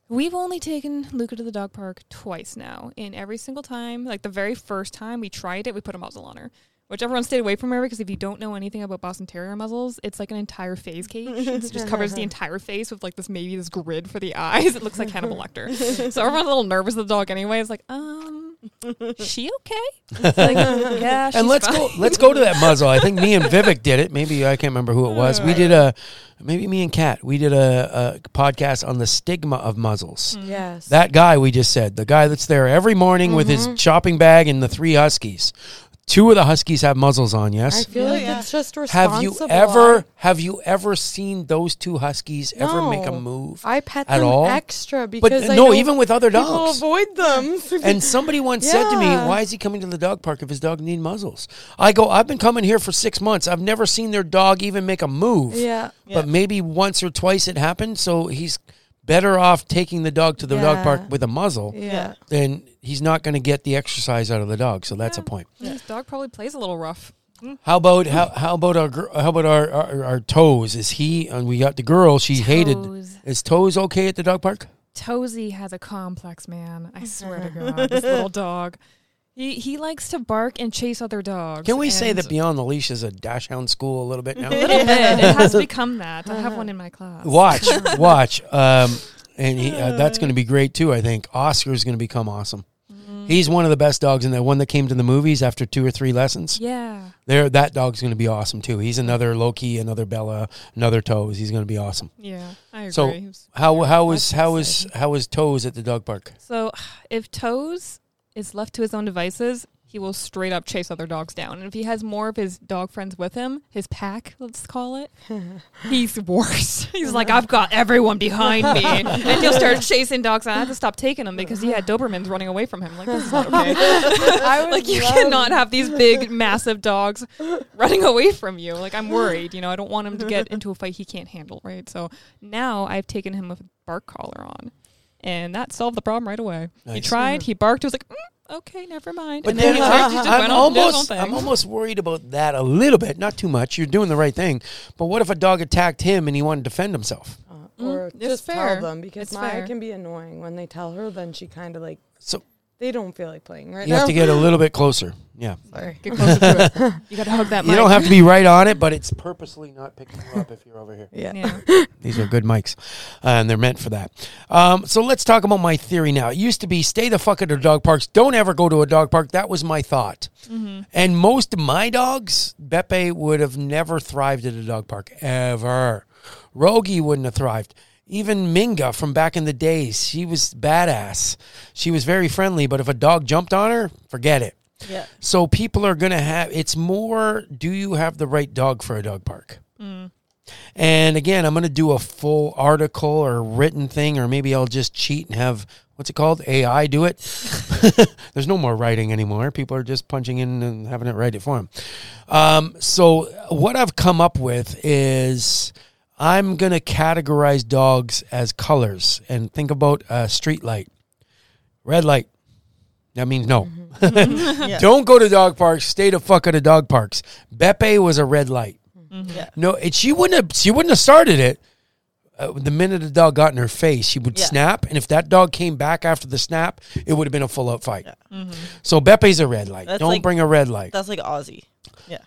Speaker 4: We've only taken Luca to the dog park twice now, and every single time, like the very first time we tried it, we put a muzzle on her. Which everyone stayed away from her because if you don't know anything about Boston Terrier muzzles, it's like an entire face cage. It just covers the entire face with like this [LAUGHS] maybe this grid for the eyes. It looks like Hannibal Lecter. So everyone's a little nervous of the dog anyway. It's like, um, she
Speaker 2: [LAUGHS]
Speaker 4: okay? It's like, yeah, she's
Speaker 2: and let's
Speaker 4: fine. [LAUGHS]
Speaker 2: go. Let's go to that muzzle. I think me and Vivek did it. Maybe I can't remember who it was. We did a, maybe me and Kat. We did a, a podcast on the stigma of muzzles.
Speaker 5: Yes.
Speaker 2: That guy we just said, the guy that's there every morning with his
Speaker 5: Mm-hmm.
Speaker 2: shopping bag and the three huskies. Two of the huskies have muzzles on.
Speaker 5: I
Speaker 2: Yes.
Speaker 5: feel like
Speaker 3: yeah.
Speaker 5: it's just responsible.
Speaker 2: Have you ever have you ever seen those two huskies ever make a
Speaker 5: No.
Speaker 2: move?
Speaker 5: I pet
Speaker 2: at
Speaker 5: them
Speaker 2: all?
Speaker 5: extra
Speaker 2: but uh,
Speaker 5: because I
Speaker 2: no,
Speaker 5: know
Speaker 2: even with other
Speaker 5: people
Speaker 2: dogs.
Speaker 5: avoid
Speaker 3: [LAUGHS]
Speaker 5: them.
Speaker 2: And somebody once said to me,
Speaker 5: Yeah.
Speaker 2: "Why is he coming to the dog park if his dog need muzzles?" I go, "I've been coming here for six months. I've never seen their dog even make a move.
Speaker 5: [LAUGHS] yeah.
Speaker 2: but maybe once or twice it happened. So he's better off taking the dog to the dog
Speaker 5: Yeah.
Speaker 2: park with a muzzle
Speaker 5: Yeah.
Speaker 2: than he's not going to get the exercise out of the dog. So that's a point.
Speaker 4: This dog probably plays a little rough.
Speaker 2: How about how, how about our gir- how about our, our our toes? Is he and we got the girl? She hated.
Speaker 4: Toes.
Speaker 2: Is toes okay at the dog park?
Speaker 4: Tozy has a complex, man. I swear [LAUGHS] to God, this little dog. He he likes to bark and chase other dogs.
Speaker 2: Can we say
Speaker 4: and-
Speaker 2: that Beyond the Leash is a dash hound school a little bit now? [LAUGHS]
Speaker 4: [LAUGHS] A little bit. It has become that. I have one in my class.
Speaker 2: Watch, watch. Um, and he, uh, that's going to be great too. I think Oscar's going to become awesome.
Speaker 4: Mm.
Speaker 2: He's one of the best dogs, and the one that came to the movies after two or three lessons.
Speaker 4: [LAUGHS] Yeah.
Speaker 2: There, that dog's going to be awesome too. He's another Loki, another Bella, another Toes. He's going to be awesome.
Speaker 4: Yeah. I agree.
Speaker 2: So-
Speaker 4: He was-
Speaker 2: How how is
Speaker 5: That's
Speaker 2: how is how is Toes at the dog park?
Speaker 4: So [SIGHS] if Toes is left to his own devices, he will straight up chase other dogs down. And if he has more of his dog friends with him, his pack, let's call it, he's worse. [LAUGHS] He's like, I've got everyone behind me. And he'll start chasing dogs. And I have to stop taking them because he had Dobermans running away from him. Like, this is not okay.
Speaker 5: [LAUGHS]
Speaker 3: [LAUGHS]
Speaker 5: I would
Speaker 4: like, you
Speaker 5: love-
Speaker 4: cannot have
Speaker 2: [LAUGHS]
Speaker 4: these big, massive dogs running away from you. Like, I'm worried. You know, I don't want him to get into a fight he can't handle, right? So now I've taken him with a bark collar on. And that solved the problem right away. He
Speaker 2: Nice.
Speaker 4: tried. He barked. He was like, mm, "Okay, never mind."
Speaker 2: But
Speaker 4: and then,
Speaker 2: then
Speaker 4: he
Speaker 2: I,
Speaker 4: barked, he just
Speaker 2: I'm
Speaker 4: went "Oh, off and did his
Speaker 2: almost
Speaker 4: own thing.
Speaker 2: I'm almost worried about that a little bit, not too much. You're doing the right thing, but what if a dog attacked him and he wanted to defend himself?
Speaker 5: or
Speaker 3: Mm-hmm.
Speaker 4: it's
Speaker 5: just
Speaker 4: fair.
Speaker 5: tell them because
Speaker 4: It's
Speaker 5: Maya
Speaker 4: fair.
Speaker 5: can be annoying when they tell her. Then she kind of like
Speaker 2: So
Speaker 5: they don't feel like playing right
Speaker 2: you
Speaker 5: now.
Speaker 2: have to get a little bit closer. Yeah.
Speaker 5: Sorry.
Speaker 4: Get closer to
Speaker 2: [LAUGHS]
Speaker 4: it. You gotta hug that.
Speaker 2: You don't
Speaker 4: mic.
Speaker 2: have to be right on it, but it's purposely not picking you up if you're over here.
Speaker 5: Yeah.
Speaker 2: [LAUGHS]
Speaker 4: Yeah.
Speaker 2: These are good mics, uh, and they're meant for that. Um, so let's talk about my theory now. It used to be stay the fuck at the dog parks. Don't ever go to a dog park. That was my thought. And most of my dogs, Beppe would have never thrived at a dog park ever. Rogie wouldn't have thrived. Even Minga from back in the days, she was badass. She was very friendly, but if a dog jumped on her, forget it.
Speaker 3: Yeah.
Speaker 2: So people are going to have it's more do you have the right dog for a dog park? And again, I'm going to do a full article or written thing, or maybe I'll just cheat and have what's it called? AI do it. [LAUGHS] There's no more writing anymore. People are just punching in and having it write it for them. Um, so, what I've come up with is I'm going to categorize dogs as colors and think about a street light, red light. That means no. [LAUGHS] Don't go to dog parks. Stay the fuck out of dog parks. Beppe was a red light.
Speaker 3: Yeah.
Speaker 2: No, it, she wouldn't have. She wouldn't have started it. Uh, the minute the dog got in her face, she would
Speaker 3: Yeah.
Speaker 2: snap, and if that dog came back after the snap, it would have been a full out fight.
Speaker 5: Mm-hmm.
Speaker 2: So Beppe's a red light.
Speaker 3: That's
Speaker 2: Don't
Speaker 3: like-
Speaker 2: bring a red light.
Speaker 3: That's like Aussie. Yeah.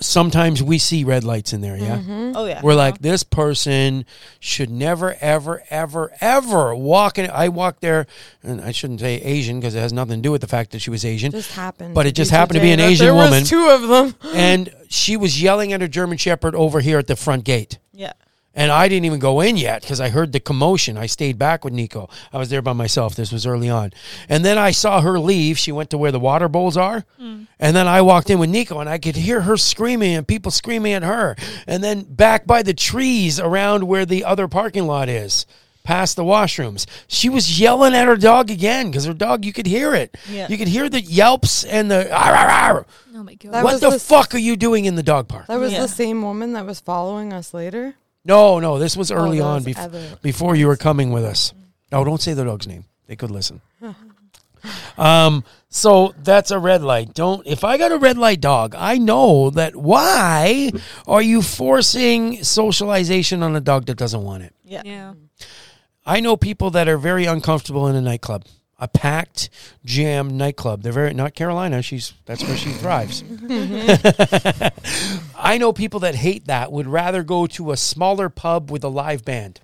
Speaker 2: Sometimes we see red lights in there. Yeah,
Speaker 5: Mm-hmm.
Speaker 3: Oh yeah.
Speaker 2: we're like, this person should never, ever, ever, ever walk in. I walked there, and I shouldn't say Asian because it has nothing to do with the fact that she was Asian.
Speaker 5: Just happened.
Speaker 2: But it
Speaker 5: to
Speaker 2: just
Speaker 5: be
Speaker 2: happened to be
Speaker 5: today
Speaker 2: an
Speaker 5: that
Speaker 2: Asian
Speaker 5: there was
Speaker 2: woman.
Speaker 5: two of them.
Speaker 3: [LAUGHS]
Speaker 2: and she was yelling at her German Shepherd over here at the front gate.
Speaker 3: yeah.
Speaker 2: And I didn't even go in yet because I heard the commotion. I stayed back with Nico. I was there by myself. This was early on. And then I saw her leave. She went to where the water bowls are.
Speaker 5: Mm.
Speaker 2: And then I walked in with Nico and I could hear her screaming and people screaming at her. And then back by the trees around where the other parking lot is, past the washrooms, she was yelling at her dog again because her dog, you could hear it.
Speaker 3: Yeah.
Speaker 2: You could hear the yelps and the. "Arr, arr, arr."
Speaker 4: Oh my god.
Speaker 5: That
Speaker 2: What
Speaker 5: was
Speaker 2: the
Speaker 5: the s-
Speaker 2: fuck are you doing in the dog park?
Speaker 5: That was
Speaker 3: Yeah.
Speaker 5: the same woman that was following us later.
Speaker 2: No, no, this was early
Speaker 5: Oh, that
Speaker 2: on
Speaker 5: was
Speaker 2: bef-
Speaker 5: other-
Speaker 2: before you were coming with us. No, don't say the dog's name. They could
Speaker 5: [LAUGHS]
Speaker 2: listen. um, so that's a red light. Don't if I got a red light dog, I know that why are you forcing socialization on a dog that doesn't want it?
Speaker 3: Yeah.
Speaker 4: Yeah.
Speaker 2: I know people that are very uncomfortable in a nightclub. A packed, jammed nightclub. They're very not Carolina. She's that's where she thrives. [LAUGHS] I know people that hate that would rather go to a smaller pub with a live band.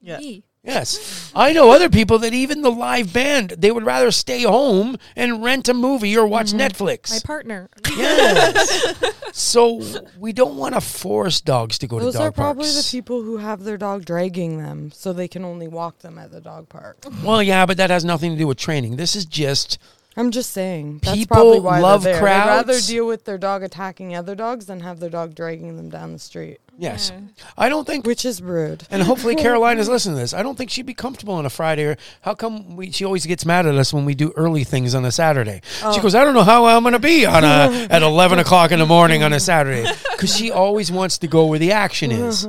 Speaker 3: Yeah.
Speaker 4: Me.
Speaker 2: Yes. I know other people that even the live band, they would rather stay home and rent a movie or
Speaker 5: Mm-hmm.
Speaker 2: watch Netflix.
Speaker 4: My partner.
Speaker 2: Yes.
Speaker 5: [LAUGHS]
Speaker 2: so we don't want to force dogs to go
Speaker 5: Those
Speaker 2: to dog
Speaker 5: are probably
Speaker 2: parks.
Speaker 5: the people who have their dog dragging them, so they can only walk them at the dog park.
Speaker 2: well, yeah, but that has nothing to do with training. This is just
Speaker 5: I'm just saying. That's
Speaker 2: People
Speaker 5: probably why
Speaker 2: love
Speaker 5: they're there. They'd rather
Speaker 2: crowds.
Speaker 5: deal with their dog attacking other dogs than have their dog dragging them down the street,
Speaker 2: yes.
Speaker 4: Yeah.
Speaker 2: I don't think
Speaker 5: which is rude.
Speaker 2: and hopefully Carolina's listening to this. I don't think she'd be comfortable on a Friday. Or how come we, she always gets mad at us when we do early things on a Saturday? She goes, I don't know how I'm going to be on a at eleven o'clock in the morning on a Saturday because she always wants to go where the action is.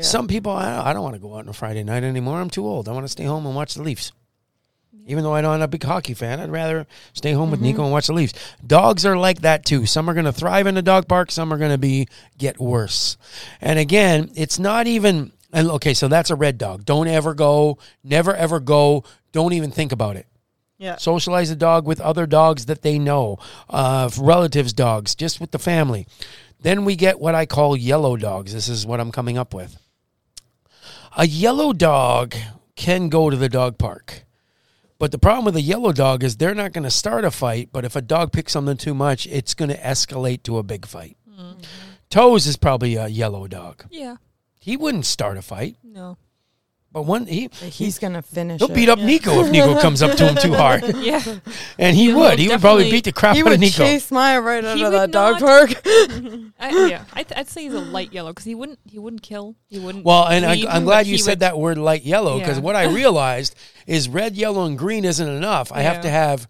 Speaker 2: Some people, I don't, I don't want to go out on a Friday night anymore. I'm too old. I want to stay home and watch the Leafs. Even though I know I'm a big hockey fan, I'd rather stay home with Nico and watch the Leafs. Dogs are like that too. Some are going to thrive in the dog park. Some are going to be get worse. And again, it's not even. And okay, so that's a red dog. Don't ever go. Never ever go. Don't even think about it.
Speaker 3: Yeah.
Speaker 2: Socialize the dog with other dogs that they know, uh, relatives' dogs, just with the family. Then we get what I call yellow dogs. This is what I'm coming up with. A yellow dog can go to the dog park. But the problem with a yellow dog is they're not going to start a fight, but if a dog picks on them too much, it's going to escalate to a big fight. Toes is probably a yellow dog.
Speaker 4: Yeah.
Speaker 2: He wouldn't start a fight, [LAUGHS]
Speaker 4: No.
Speaker 2: but one he
Speaker 5: He's gonna finish.
Speaker 2: he'll
Speaker 5: it.
Speaker 2: beat up Nico if Nico comes up to him too hard.
Speaker 4: Yeah.
Speaker 2: And he would. He would probably
Speaker 4: definitely-
Speaker 2: beat the crap
Speaker 5: He
Speaker 2: out of
Speaker 5: would
Speaker 2: Nico.
Speaker 5: chase Maya right out
Speaker 4: He
Speaker 5: of
Speaker 4: would
Speaker 5: that dog
Speaker 4: not-
Speaker 5: park.
Speaker 4: I, yeah. I th- I'd say he's a light yellow because he wouldn't. He wouldn't kill. He wouldn't.
Speaker 2: Well, and I,
Speaker 4: bleed,
Speaker 2: I'm
Speaker 4: but
Speaker 2: glad you
Speaker 4: he
Speaker 2: said
Speaker 4: would-
Speaker 2: that word light yellow because
Speaker 4: Yeah.
Speaker 2: what I realized is red, yellow, and green isn't enough. I have
Speaker 4: Yeah.
Speaker 2: to have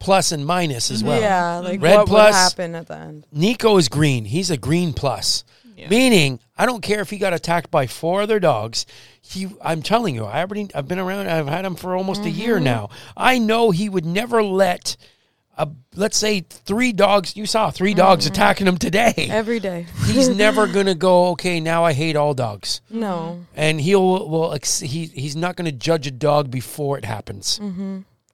Speaker 2: plus and minus [LAUGHS] as well.
Speaker 5: yeah, like
Speaker 2: Red
Speaker 5: what
Speaker 2: plus-
Speaker 5: would happen at the end?
Speaker 2: Nico is green. He's a green plus.
Speaker 4: Yeah.
Speaker 2: Meaning, I don't care if he got attacked by four other dogs. He, I'm telling you, I already, I've been around. I've had him for almost a year now. I know he would never let, a, let's say, three dogs. You saw 3 dogs attacking him today.
Speaker 5: Every day.
Speaker 2: He's never gonna go. Okay, now I hate all dogs
Speaker 5: No,
Speaker 2: and he'll will ex- he he's not going to judge a dog before it happens.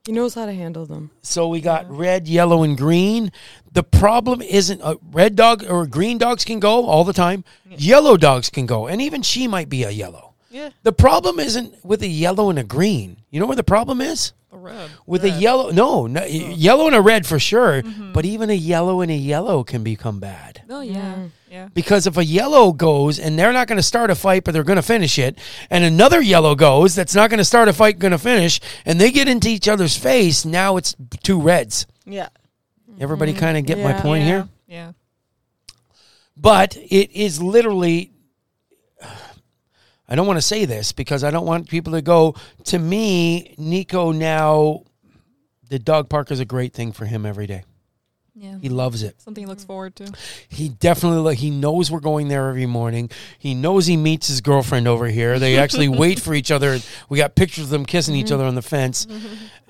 Speaker 5: he knows how to handle them.
Speaker 2: So we got red, yellow, and green. The problem isn't a red dog or green dogs can go all the time. Yellow dogs can go, and even she might be a yellow.
Speaker 3: Yeah.
Speaker 2: The problem isn't with a yellow and a green. You know where the problem is
Speaker 4: A rub.
Speaker 2: with a yellow. No, no yellow and a red for sure. But even a yellow and a yellow can become bad.
Speaker 4: Oh yeah. Yeah.
Speaker 2: Because if a yellow goes and they're not going to start a fight, but they're going to finish it, and another yellow goes that's not going to start a fight, going to finish, and they get into each other's face, now it's two reds.
Speaker 3: Yeah.
Speaker 2: Everybody kind of get my
Speaker 5: Yeah.
Speaker 2: point
Speaker 4: yeah.
Speaker 2: here?
Speaker 4: Yeah.
Speaker 2: But it is literally, I don't want to say this because I don't want people to go, to me, Nico now, the dog park is a great thing for him every day.
Speaker 4: Yeah.
Speaker 2: He loves it.
Speaker 4: Something he looks forward to.
Speaker 2: He definitely like he knows we're going there every morning. He knows he meets his girlfriend over here. They actually wait for each other. We got pictures of them kissing each other on the fence.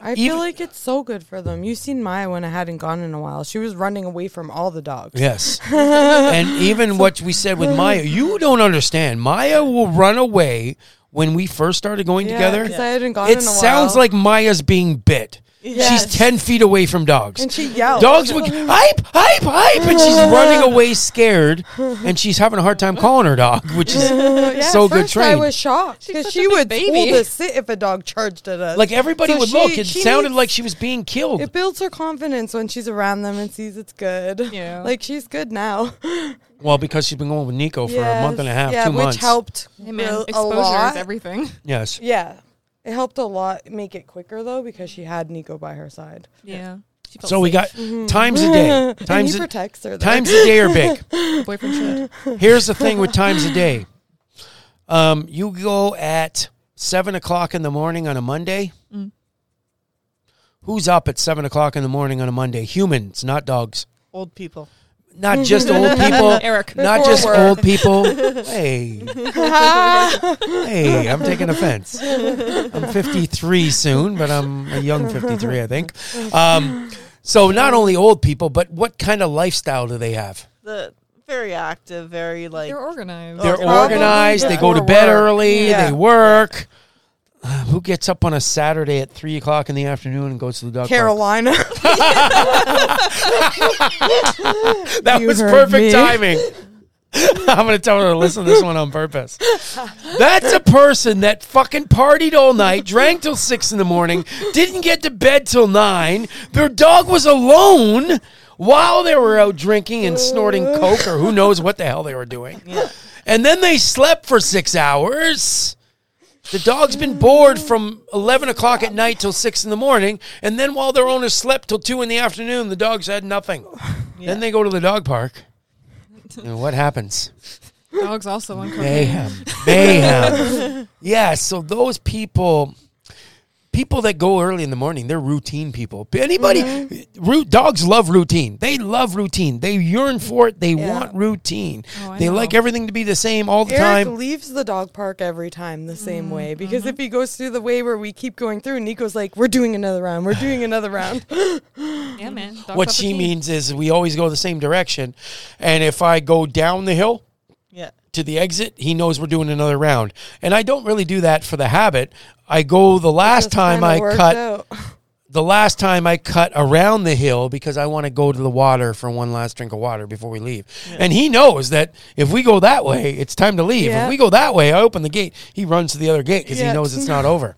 Speaker 5: I
Speaker 2: Even-
Speaker 5: feel like it's so good for them. You've seen Maya when I hadn't gone in a while. She was running away from all the dogs. [LAUGHS]
Speaker 2: Yes. and even what we said with Maya, you don't understand. Maya will run away when we first started going together.
Speaker 5: because I hadn't gone
Speaker 2: It
Speaker 5: in a while.
Speaker 2: sounds like Maya's being bit.
Speaker 5: Yes.
Speaker 2: She's 10 feet away from dogs.
Speaker 5: and she yelled.
Speaker 2: Dogs
Speaker 5: [LAUGHS]
Speaker 2: would hype, hype, hype, and she's running away scared, and she's having a hard time calling her dog, which is
Speaker 5: [LAUGHS] Yeah,
Speaker 2: so
Speaker 5: at
Speaker 2: good
Speaker 5: first I
Speaker 2: trained.
Speaker 5: was shocked
Speaker 4: She's
Speaker 5: because
Speaker 4: such
Speaker 5: she
Speaker 4: a big
Speaker 5: would
Speaker 4: baby.
Speaker 5: hold a sit if a dog charged at us.
Speaker 2: Like everybody
Speaker 5: So
Speaker 2: would
Speaker 5: she-
Speaker 2: look. It
Speaker 5: she
Speaker 2: sounded
Speaker 5: needs-
Speaker 2: like she was being killed.
Speaker 5: It builds her confidence when she's around them and sees it's good.
Speaker 4: Yeah.
Speaker 5: [LAUGHS] like she's good now.
Speaker 2: well, because she's been going with Nico [LAUGHS] for a month and a half,
Speaker 5: yeah,
Speaker 2: two
Speaker 5: which
Speaker 2: months.
Speaker 5: helped
Speaker 4: Hey man,
Speaker 5: real- a
Speaker 4: exposure
Speaker 5: lot.
Speaker 4: is [LAUGHS] everything.
Speaker 2: yes.
Speaker 5: yeah, it helped a lot make it quicker though because she had Nico by her side.
Speaker 4: Yeah. She felt
Speaker 2: So we
Speaker 4: safe.
Speaker 2: got times a day.
Speaker 5: [LAUGHS] and
Speaker 2: Times
Speaker 5: he
Speaker 2: a,
Speaker 5: protects her. Though.
Speaker 2: times a day are big.
Speaker 4: boyfriend [LAUGHS] should.
Speaker 2: Here's the thing with times a day. Um, you go at seven o'clock in the morning on a Monday. Who's up at seven o'clock in the morning on a Monday? Humans, not dogs.
Speaker 3: Old people.
Speaker 2: Not just
Speaker 3: [LAUGHS]
Speaker 2: old people.
Speaker 4: Eric.
Speaker 2: Not
Speaker 5: Before
Speaker 2: just
Speaker 5: work.
Speaker 2: old people. Hey. hey, I'm taking offense. I'm 53 soon, but I'm a young 53, I think. Um, so not only old people, but what kind of lifestyle do they have?
Speaker 3: The very active, very like
Speaker 4: They're organized.
Speaker 2: They're
Speaker 3: Probably
Speaker 2: organized. They go to
Speaker 5: before
Speaker 2: bed
Speaker 5: work.
Speaker 2: early.
Speaker 5: Yeah.
Speaker 2: They work. [SIGHS] Who gets up on a Saturday at three o'clock in the afternoon and goes to the dog park?
Speaker 5: [LAUGHS] Carolina.
Speaker 2: [LAUGHS] That
Speaker 5: You
Speaker 2: was
Speaker 5: heard
Speaker 2: perfect
Speaker 5: me.
Speaker 2: timing. [LAUGHS] I'm gonna tell her to listen to this one on purpose. That's a person that fucking partied all night, drank till six in the morning, didn't get to bed till nine. Their dog was alone while they were out drinking and snorting coke or who knows what the hell they were doing. And then they slept for six hours. The dog's been bored from 11 o'clock at night till 6 in the morning. And then while their owner slept till 2 in the afternoon, the dog's had nothing. Then they go to the dog park.
Speaker 4: [LAUGHS]
Speaker 2: And what happens?
Speaker 4: Dogs also on cocaine.
Speaker 2: Mayhem. Mayhem. [LAUGHS] yeah, so those people people that go early in the morning, they're routine people. Anybody
Speaker 4: Mm-hmm.
Speaker 2: root dogs love routine. They love routine. They yearn for it. They want routine.
Speaker 4: Oh, I
Speaker 2: they
Speaker 4: know.
Speaker 2: like everything to be the same all the
Speaker 5: [LAUGHS] Eric
Speaker 2: time.
Speaker 5: leaves the dog park every time the same
Speaker 4: Mm-hmm.
Speaker 5: way because if he goes through the way where we keep going through, Nico's like, "We're doing another round. We're doing
Speaker 2: [LAUGHS]
Speaker 5: another round."
Speaker 4: Yeah, man. Dogs
Speaker 2: What
Speaker 4: have a
Speaker 2: she
Speaker 4: team.
Speaker 2: means is we always go the same direction. And if I go down the hill,
Speaker 3: Yeah.
Speaker 2: to the exit, he knows we're doing another round. And I don't really do that for the habit. I go the last
Speaker 5: Just
Speaker 2: time
Speaker 5: kinda
Speaker 2: I
Speaker 5: worked
Speaker 2: cut
Speaker 5: out.
Speaker 2: the last time I cut around the hill because I want to go to the water for one last drink of water before we leave. And he knows that if we go that way, it's time to leave.
Speaker 5: Yeah.
Speaker 2: If we go that way, I open the gate. He runs to the other gate because
Speaker 5: Yeah.
Speaker 2: he knows it's
Speaker 5: [LAUGHS]
Speaker 2: not over.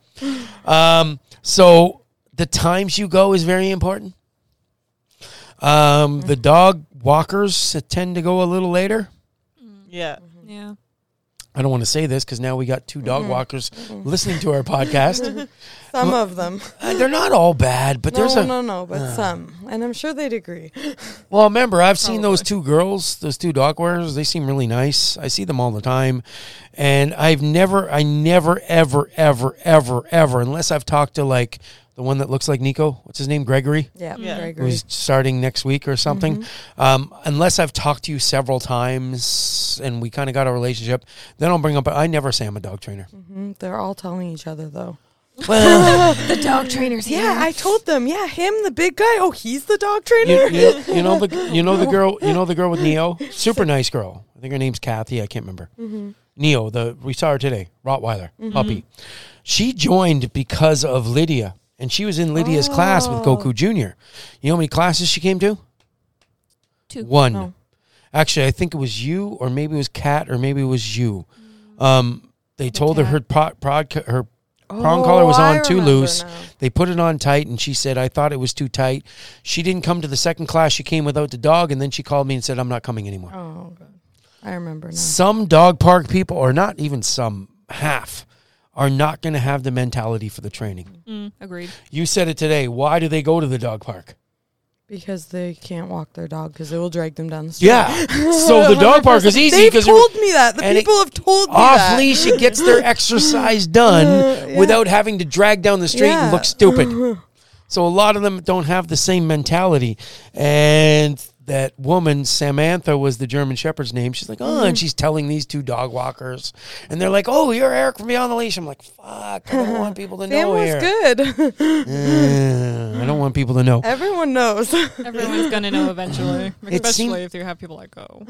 Speaker 2: Um, so the times you go is very important. Um,
Speaker 5: Mm-hmm.
Speaker 2: the dog walkers tend to go a little later.
Speaker 3: Yeah.
Speaker 4: Yeah.
Speaker 2: I don't want to say this because now we got two dog
Speaker 5: Mm-hmm.
Speaker 2: walkers listening
Speaker 5: [LAUGHS]
Speaker 2: to our podcast.
Speaker 5: Some of them.
Speaker 2: Uh, they're not all bad, but
Speaker 5: No,
Speaker 2: there's a Uh.
Speaker 5: no, no, but some, and I'm sure they'd agree.
Speaker 2: Well, remember, I've seen those two girls, those two dog wearers. They seem really nice. I see them all the time, and I've never, I never, ever, ever, ever, ever, unless I've talked to like the one that looks like Nico. What's his name? Gregory.
Speaker 5: Yeah,
Speaker 3: Yeah.
Speaker 5: I agree.
Speaker 2: Who's starting next week or something? Um, unless I've talked to you several times and we kind of got a relationship, then I'll bring up. I never say I'm a dog trainer.
Speaker 5: Mm, They're all telling each other though.
Speaker 2: Well,
Speaker 4: The dog trainers.
Speaker 5: Yeah, I told them. Yeah, him, the big guy. Oh, he's the dog
Speaker 2: you,
Speaker 5: trainer.
Speaker 2: you, you know the you know the girl you know the girl with Neo, super nice girl. I think her name's Kathy. I can't remember. Neo, the we saw her today, Rottweiler puppy. She joined because of Lydia, and she was in Lydia's class with Goku Junior. You know how many classes she came to?
Speaker 4: Two.
Speaker 2: One.
Speaker 5: Oh.
Speaker 2: Actually, I think it was you, or maybe it was Kat, or maybe it was you. Um, they told her her pro- prodca- her prong collar was
Speaker 5: Mm. Oh, I
Speaker 2: on too
Speaker 5: remember
Speaker 2: loose.
Speaker 5: now.
Speaker 2: They put it on tight, and she said, "I thought it was too tight." She didn't come to the second class. She came without the dog, and then she called me and said, "I'm not coming anymore."
Speaker 5: Oh, God. I remember now.
Speaker 2: Some dog park people, or not even some, half, are not going to have the mentality for the training.
Speaker 4: Mm, agreed.
Speaker 2: You said it today. Why do they go to the dog park?
Speaker 5: Because they can't walk their dog because it will drag them down the street.
Speaker 2: Yeah. so
Speaker 5: [LAUGHS]
Speaker 2: the dog park is easy
Speaker 5: They've
Speaker 2: because
Speaker 5: told me that. The
Speaker 2: and it-
Speaker 5: people have told me
Speaker 2: off
Speaker 5: that.
Speaker 2: leash it gets their
Speaker 5: [LAUGHS]
Speaker 2: exercise done
Speaker 5: Uh, yeah.
Speaker 2: without having to drag down the street and
Speaker 5: Yeah.
Speaker 2: look
Speaker 5: [LAUGHS]
Speaker 2: stupid so a lot of them don't have the same mentality and that woman samantha was the german shepherd's name she's like oh
Speaker 5: Mm-hmm.
Speaker 2: and she's telling these two dog walkers and they're like oh you're eric from beyond the leash i'm like fuck i don't want people to
Speaker 5: [LAUGHS] Sam
Speaker 2: know
Speaker 5: was
Speaker 2: here.
Speaker 5: good. [LAUGHS]
Speaker 2: Uh, i don't want people to know
Speaker 5: Everyone knows.
Speaker 4: Everyone's gonna know eventually,
Speaker 2: [LAUGHS] It
Speaker 4: especially
Speaker 2: seem-
Speaker 4: if you have people like go.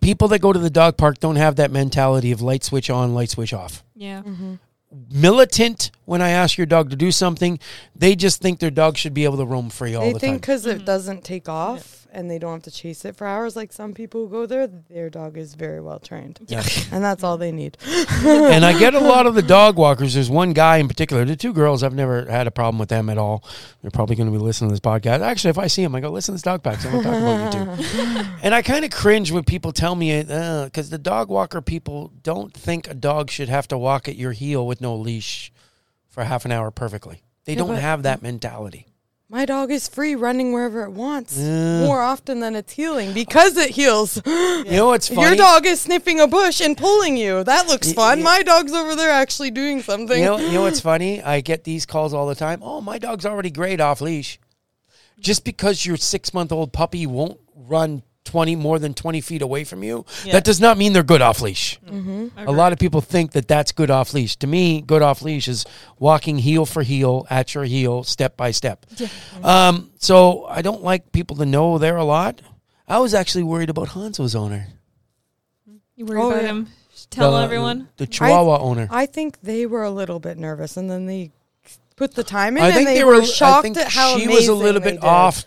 Speaker 2: people that go to the dog park don't have that mentality of light switch on light switch off
Speaker 4: Yeah.
Speaker 2: militant when I ask your dog to do something. They just think their dog should be able to roam free all
Speaker 5: they
Speaker 2: the
Speaker 5: think
Speaker 2: time.
Speaker 5: because it doesn't take off and they don't have to chase it for hours like some people who go there, their dog is very well trained.
Speaker 2: Yeah.
Speaker 5: And that's all they need.
Speaker 2: and I get a lot of the dog walkers. There's one guy in particular. The two girls, I've never had a problem with them at all. They're probably going to be listening to this podcast. Actually, if I see them, I go, listen to this dog pack. So I'm going to talk about you two.
Speaker 5: [LAUGHS]
Speaker 2: and I kind of cringe when people tell me, because the dog walker people don't think a dog should have to walk at your heel with no leash for half an hour perfectly. They don't
Speaker 5: but-
Speaker 2: have that mentality.
Speaker 5: My dog is free running wherever it wants more often than it's healing because it heals. [GASPS]
Speaker 2: You know what's funny?
Speaker 5: Your dog is sniffing a bush and pulling you. That looks
Speaker 2: Y-
Speaker 5: fun.
Speaker 2: y-
Speaker 5: My dog's over there actually doing something.
Speaker 2: You know, you know what's funny? I get these calls all the time. Oh, my dog's already great off leash. Just because your six month old puppy won't run twenty more than twenty feet away from you, that does not mean they're good off leash.
Speaker 4: Mm-hmm.
Speaker 2: A lot of people think that that's good off leash. To me, good off leash is walking heel for heel at your heel, step by step. Um, so I don't like people to know they're a lot. I was actually worried about Hanzo's owner,
Speaker 4: You worry
Speaker 5: Oh,
Speaker 4: about
Speaker 5: yeah.
Speaker 4: him. Just Tell
Speaker 2: the,
Speaker 4: everyone.
Speaker 2: the Chihuahua owner.
Speaker 5: I think they were a little bit nervous, and then they put the time in.
Speaker 2: I
Speaker 5: and
Speaker 2: think
Speaker 5: they,
Speaker 2: they
Speaker 5: were
Speaker 2: I
Speaker 5: shocked
Speaker 2: think
Speaker 5: at how
Speaker 2: she was a
Speaker 5: amazing
Speaker 2: little
Speaker 5: they
Speaker 2: bit
Speaker 5: did.
Speaker 2: off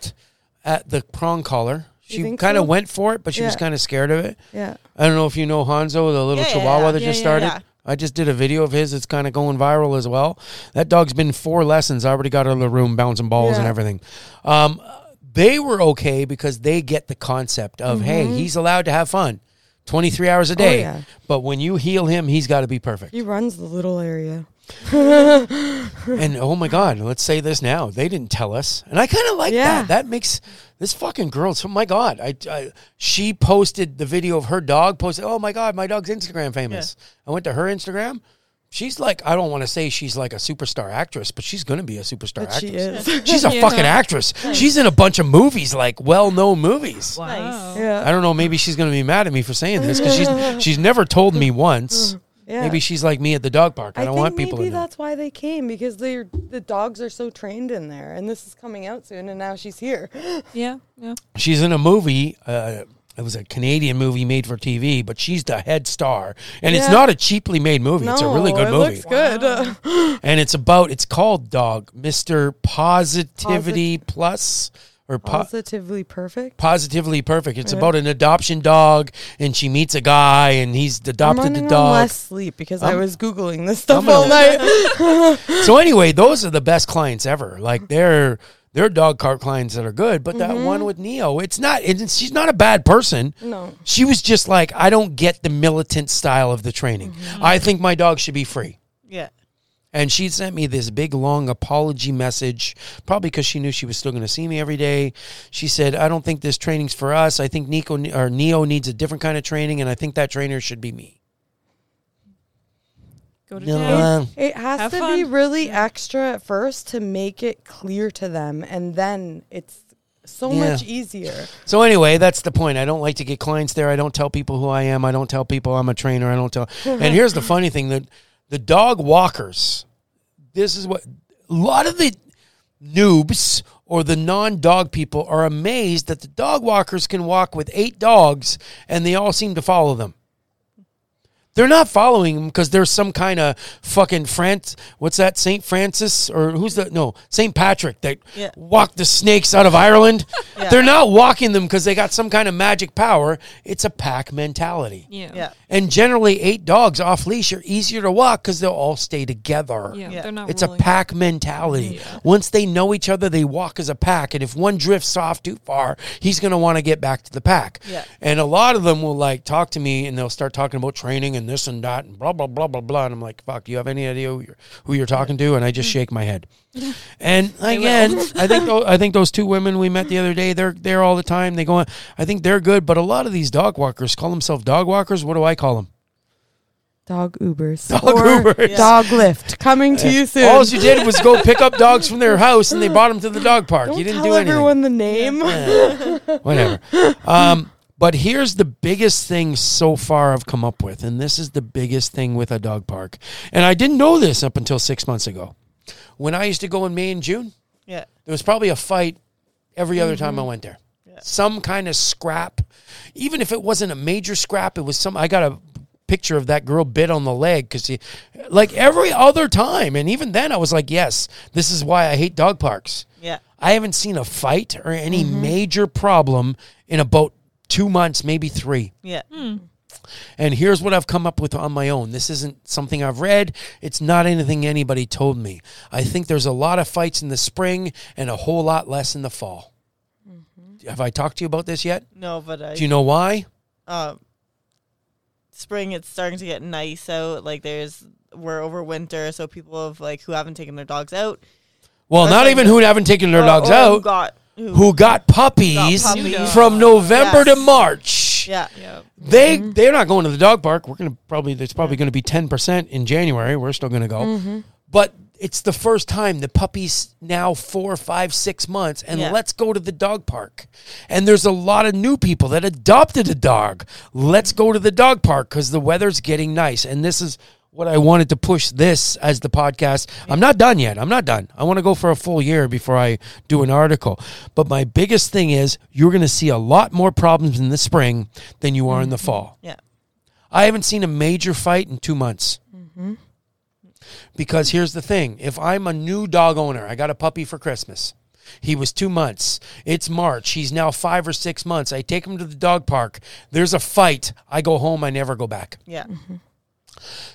Speaker 2: at the prong collar.
Speaker 5: You
Speaker 2: she
Speaker 5: think
Speaker 2: kind of
Speaker 5: so?
Speaker 2: went for it, but she was
Speaker 5: Yeah.
Speaker 2: kind of scared of it.
Speaker 5: Yeah.
Speaker 2: I don't know if you know Hanzo, the little
Speaker 3: Yeah, yeah,
Speaker 2: chihuahua
Speaker 3: yeah.
Speaker 2: that
Speaker 3: Yeah,
Speaker 2: just
Speaker 3: yeah,
Speaker 2: started.
Speaker 3: yeah.
Speaker 2: I just did a video of his. It's kind of going viral as well. That dog's been four lessons. I already got out of the room bouncing balls and
Speaker 5: Yeah.
Speaker 2: everything. Um, they were okay because they get the concept of, hey, he's allowed to have fun 23 hours a day.
Speaker 5: Mm-hmm. Oh, yeah.
Speaker 2: But when you heal him, he's got to be perfect.
Speaker 5: He runs the little area.
Speaker 2: and oh my God, let's say this now. They didn't tell us. And I kind of like
Speaker 5: Yeah.
Speaker 2: that. That makes this fucking girl. So, my God, I, I she posted the video of her dog, posted, oh my God, my dog's Instagram famous. I went to her Instagram. She's like, I don't want to say she's like a superstar actress, but she's going to be a superstar
Speaker 5: But she
Speaker 2: actress.
Speaker 5: is.
Speaker 2: She's a
Speaker 5: [LAUGHS]
Speaker 4: Yeah.
Speaker 2: fucking actress. She's in a bunch of movies, like well known movies.
Speaker 3: Nice.
Speaker 5: Yeah.
Speaker 2: Oh. I don't know. Maybe she's going to be mad at me for saying this because
Speaker 5: [LAUGHS]
Speaker 2: she's she's never told me once.
Speaker 5: Yeah.
Speaker 2: Maybe she's like me at the dog park. I, don't
Speaker 5: think
Speaker 2: want people
Speaker 5: maybe
Speaker 2: to know.
Speaker 5: that's why they came because they are the dogs are so trained in there, and this is coming out soon, and now she's here.
Speaker 4: Yeah, yeah.
Speaker 2: she's in a movie. Uh, it was a Canadian movie made for TV, but she's the head star, and it's
Speaker 5: Yeah.
Speaker 2: not a cheaply made movie. it's a
Speaker 5: No,
Speaker 2: really good
Speaker 5: it
Speaker 2: movie,
Speaker 5: Looks good. [LAUGHS]
Speaker 2: and it's about. It's called Dog Mister Positivity Plus or po-
Speaker 5: Positively perfect.
Speaker 2: Positively Perfect. It's about an adoption dog, and she meets a guy, and he's
Speaker 5: I'm
Speaker 2: adopted
Speaker 5: running
Speaker 2: the
Speaker 5: on
Speaker 2: dog.
Speaker 5: less sleep because I
Speaker 2: I'm-
Speaker 5: was googling this stuff
Speaker 2: I'm [LAUGHS]
Speaker 5: all
Speaker 2: gonna-
Speaker 5: night.
Speaker 2: so anyway, those are the best clients ever. Like they're they're dog cart clients that are good, but
Speaker 5: Mm-hmm.
Speaker 2: that one with Neo, it's not. It's, she's not a bad person.
Speaker 5: No.
Speaker 2: she was just like, I don't get the militant style of the training.
Speaker 5: Mm-hmm.
Speaker 2: I think my dog should be free.
Speaker 3: Yeah.
Speaker 2: And she sent me this big long apology message, probably because she knew she was still going to see me every day. She said, "I don't think this training's for us. I think Nico or Neo needs a different kind of training, and I think that trainer should be me."
Speaker 4: Go to
Speaker 2: No,
Speaker 4: town.
Speaker 2: uh,
Speaker 5: It has
Speaker 4: Have
Speaker 5: to be
Speaker 4: fun.
Speaker 5: really extra at first to make it clear to them, and then it's so
Speaker 2: Yeah.
Speaker 5: much easier.
Speaker 2: So anyway, that's the point. I don't like to get clients there. I don't tell people who I am. I don't tell people I'm a trainer. I
Speaker 3: [LAUGHS]
Speaker 2: don't tell. and here's the funny thing that the dog walkers, this is what a lot of the noobs or the non-dog people are amazed that the dog walkers can walk with eight dogs and they all seem to follow them. They're not following them because there's some kind of fucking France. What's that? Saint Francis or who's the no Saint Patrick that
Speaker 3: Yeah.
Speaker 2: walked the snakes out of Ireland.
Speaker 3: [LAUGHS] Yeah.
Speaker 2: They're not walking them because they got some kind of magic power. It's a pack mentality.
Speaker 4: Yeah.
Speaker 3: Yeah.
Speaker 2: And generally, eight dogs off leash are easier to walk because they'll all stay together.
Speaker 4: Yeah,
Speaker 3: Yeah.
Speaker 4: they're not.
Speaker 2: It's a
Speaker 4: ruling.
Speaker 2: pack mentality. Once they know each other, they walk as a pack. And if one drifts off too far, he's going to want to get back to the pack.
Speaker 3: Yeah.
Speaker 2: And a lot of them will like talk to me and they'll start talking about training and this and that and blah, blah, blah, blah, blah. And I'm like, fuck, do you have any idea who you're, who you're talking to? And I just shake my
Speaker 4: [LAUGHS]
Speaker 2: head. And again, I think tho- I think those two women we met the other day, they're there all the time. They go on. I think they're good, but a lot of these dog walkers call themselves dog walkers. What do I call them?
Speaker 5: Dog Ubers.
Speaker 2: Dog
Speaker 5: or
Speaker 2: Ubers.
Speaker 5: [LAUGHS] Dog Lyft. Coming to you soon.
Speaker 2: All you did was
Speaker 5: [LAUGHS]
Speaker 2: go pick up dogs from their house and they brought them to the dog park.
Speaker 5: Don't
Speaker 2: you didn't
Speaker 5: tell
Speaker 2: do anything.
Speaker 5: everyone the name. [LAUGHS]
Speaker 2: whatever. Um, but here's the biggest thing so far I've come up with, and this is the biggest thing with a dog park. And I didn't know this up until six months ago. When I used to go in May and June,
Speaker 3: Yeah.
Speaker 2: there was probably a fight every other time I went there. Some kind of scrap, even if it wasn't a major scrap, it was some. I got a picture of that girl bit on the leg because she, like every other time, and even then I was like, yes, this is why I hate dog parks.
Speaker 3: Yeah.
Speaker 2: I haven't seen a fight or any major problem in about two months, maybe three.
Speaker 3: Yeah.
Speaker 2: And here's what I've come up with on my own. This isn't something I've read. It's not anything anybody told me. I think there's a lot of fights in the spring and a whole lot less in the fall. Have I talked to you about this yet?
Speaker 3: No, but Mm-hmm. I,
Speaker 2: Do you know why?
Speaker 3: um, spring it's starting to get nice out. Like there's we're over winter, so people of like who haven't taken their dogs out,
Speaker 2: Well,
Speaker 3: I
Speaker 2: not
Speaker 3: think
Speaker 2: even who haven't taken their
Speaker 3: or-
Speaker 2: dogs
Speaker 3: or who
Speaker 2: out,
Speaker 3: got who,
Speaker 2: who got puppies,
Speaker 3: Got puppies.
Speaker 2: from November to
Speaker 3: Yes.
Speaker 2: March.
Speaker 3: yeah, Mm-hmm.
Speaker 4: Yeah.
Speaker 2: They they're not going to the dog park. We're gonna probably there's probably gonna be ten percent in January. We're still gonna go,
Speaker 3: Mm-hmm.
Speaker 2: but it's the first time the puppy's now four, five, six months, and
Speaker 3: Yeah.
Speaker 2: let's go to the dog park. And there's a lot of new people that adopted a dog. Let's go to the dog park because the weather's getting nice. And this is what I wanted to push this as the podcast. I'm not done yet. I'm not done. I want to go for a full year before I do an article. But my biggest thing is you're going to see a lot more problems in the spring than you are in the fall.
Speaker 3: yeah,
Speaker 2: I haven't seen a major fight in two months. Because here's the thing if I'm a new dog owner, I got a puppy for Christmas. He was two months. It's March. He's now five or six months. I take him to the dog park. There's a fight. I go home. I never go back.
Speaker 3: Yeah.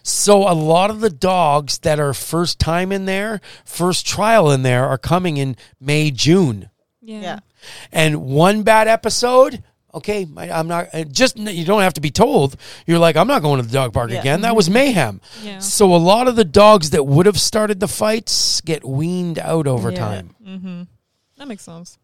Speaker 2: So a lot of the dogs that are first time in there, first trial in there, are coming in May, June
Speaker 4: Yeah.
Speaker 3: Yeah.
Speaker 2: and one bad episode okay I, i'm not uh, just you don't have to be told you're like i'm not going to the dog park
Speaker 3: Yeah.
Speaker 2: again that was mayhem
Speaker 4: Yeah.
Speaker 2: so a lot of the dogs that would have started the fights get weaned out over
Speaker 5: Yeah.
Speaker 2: time
Speaker 4: That makes sense.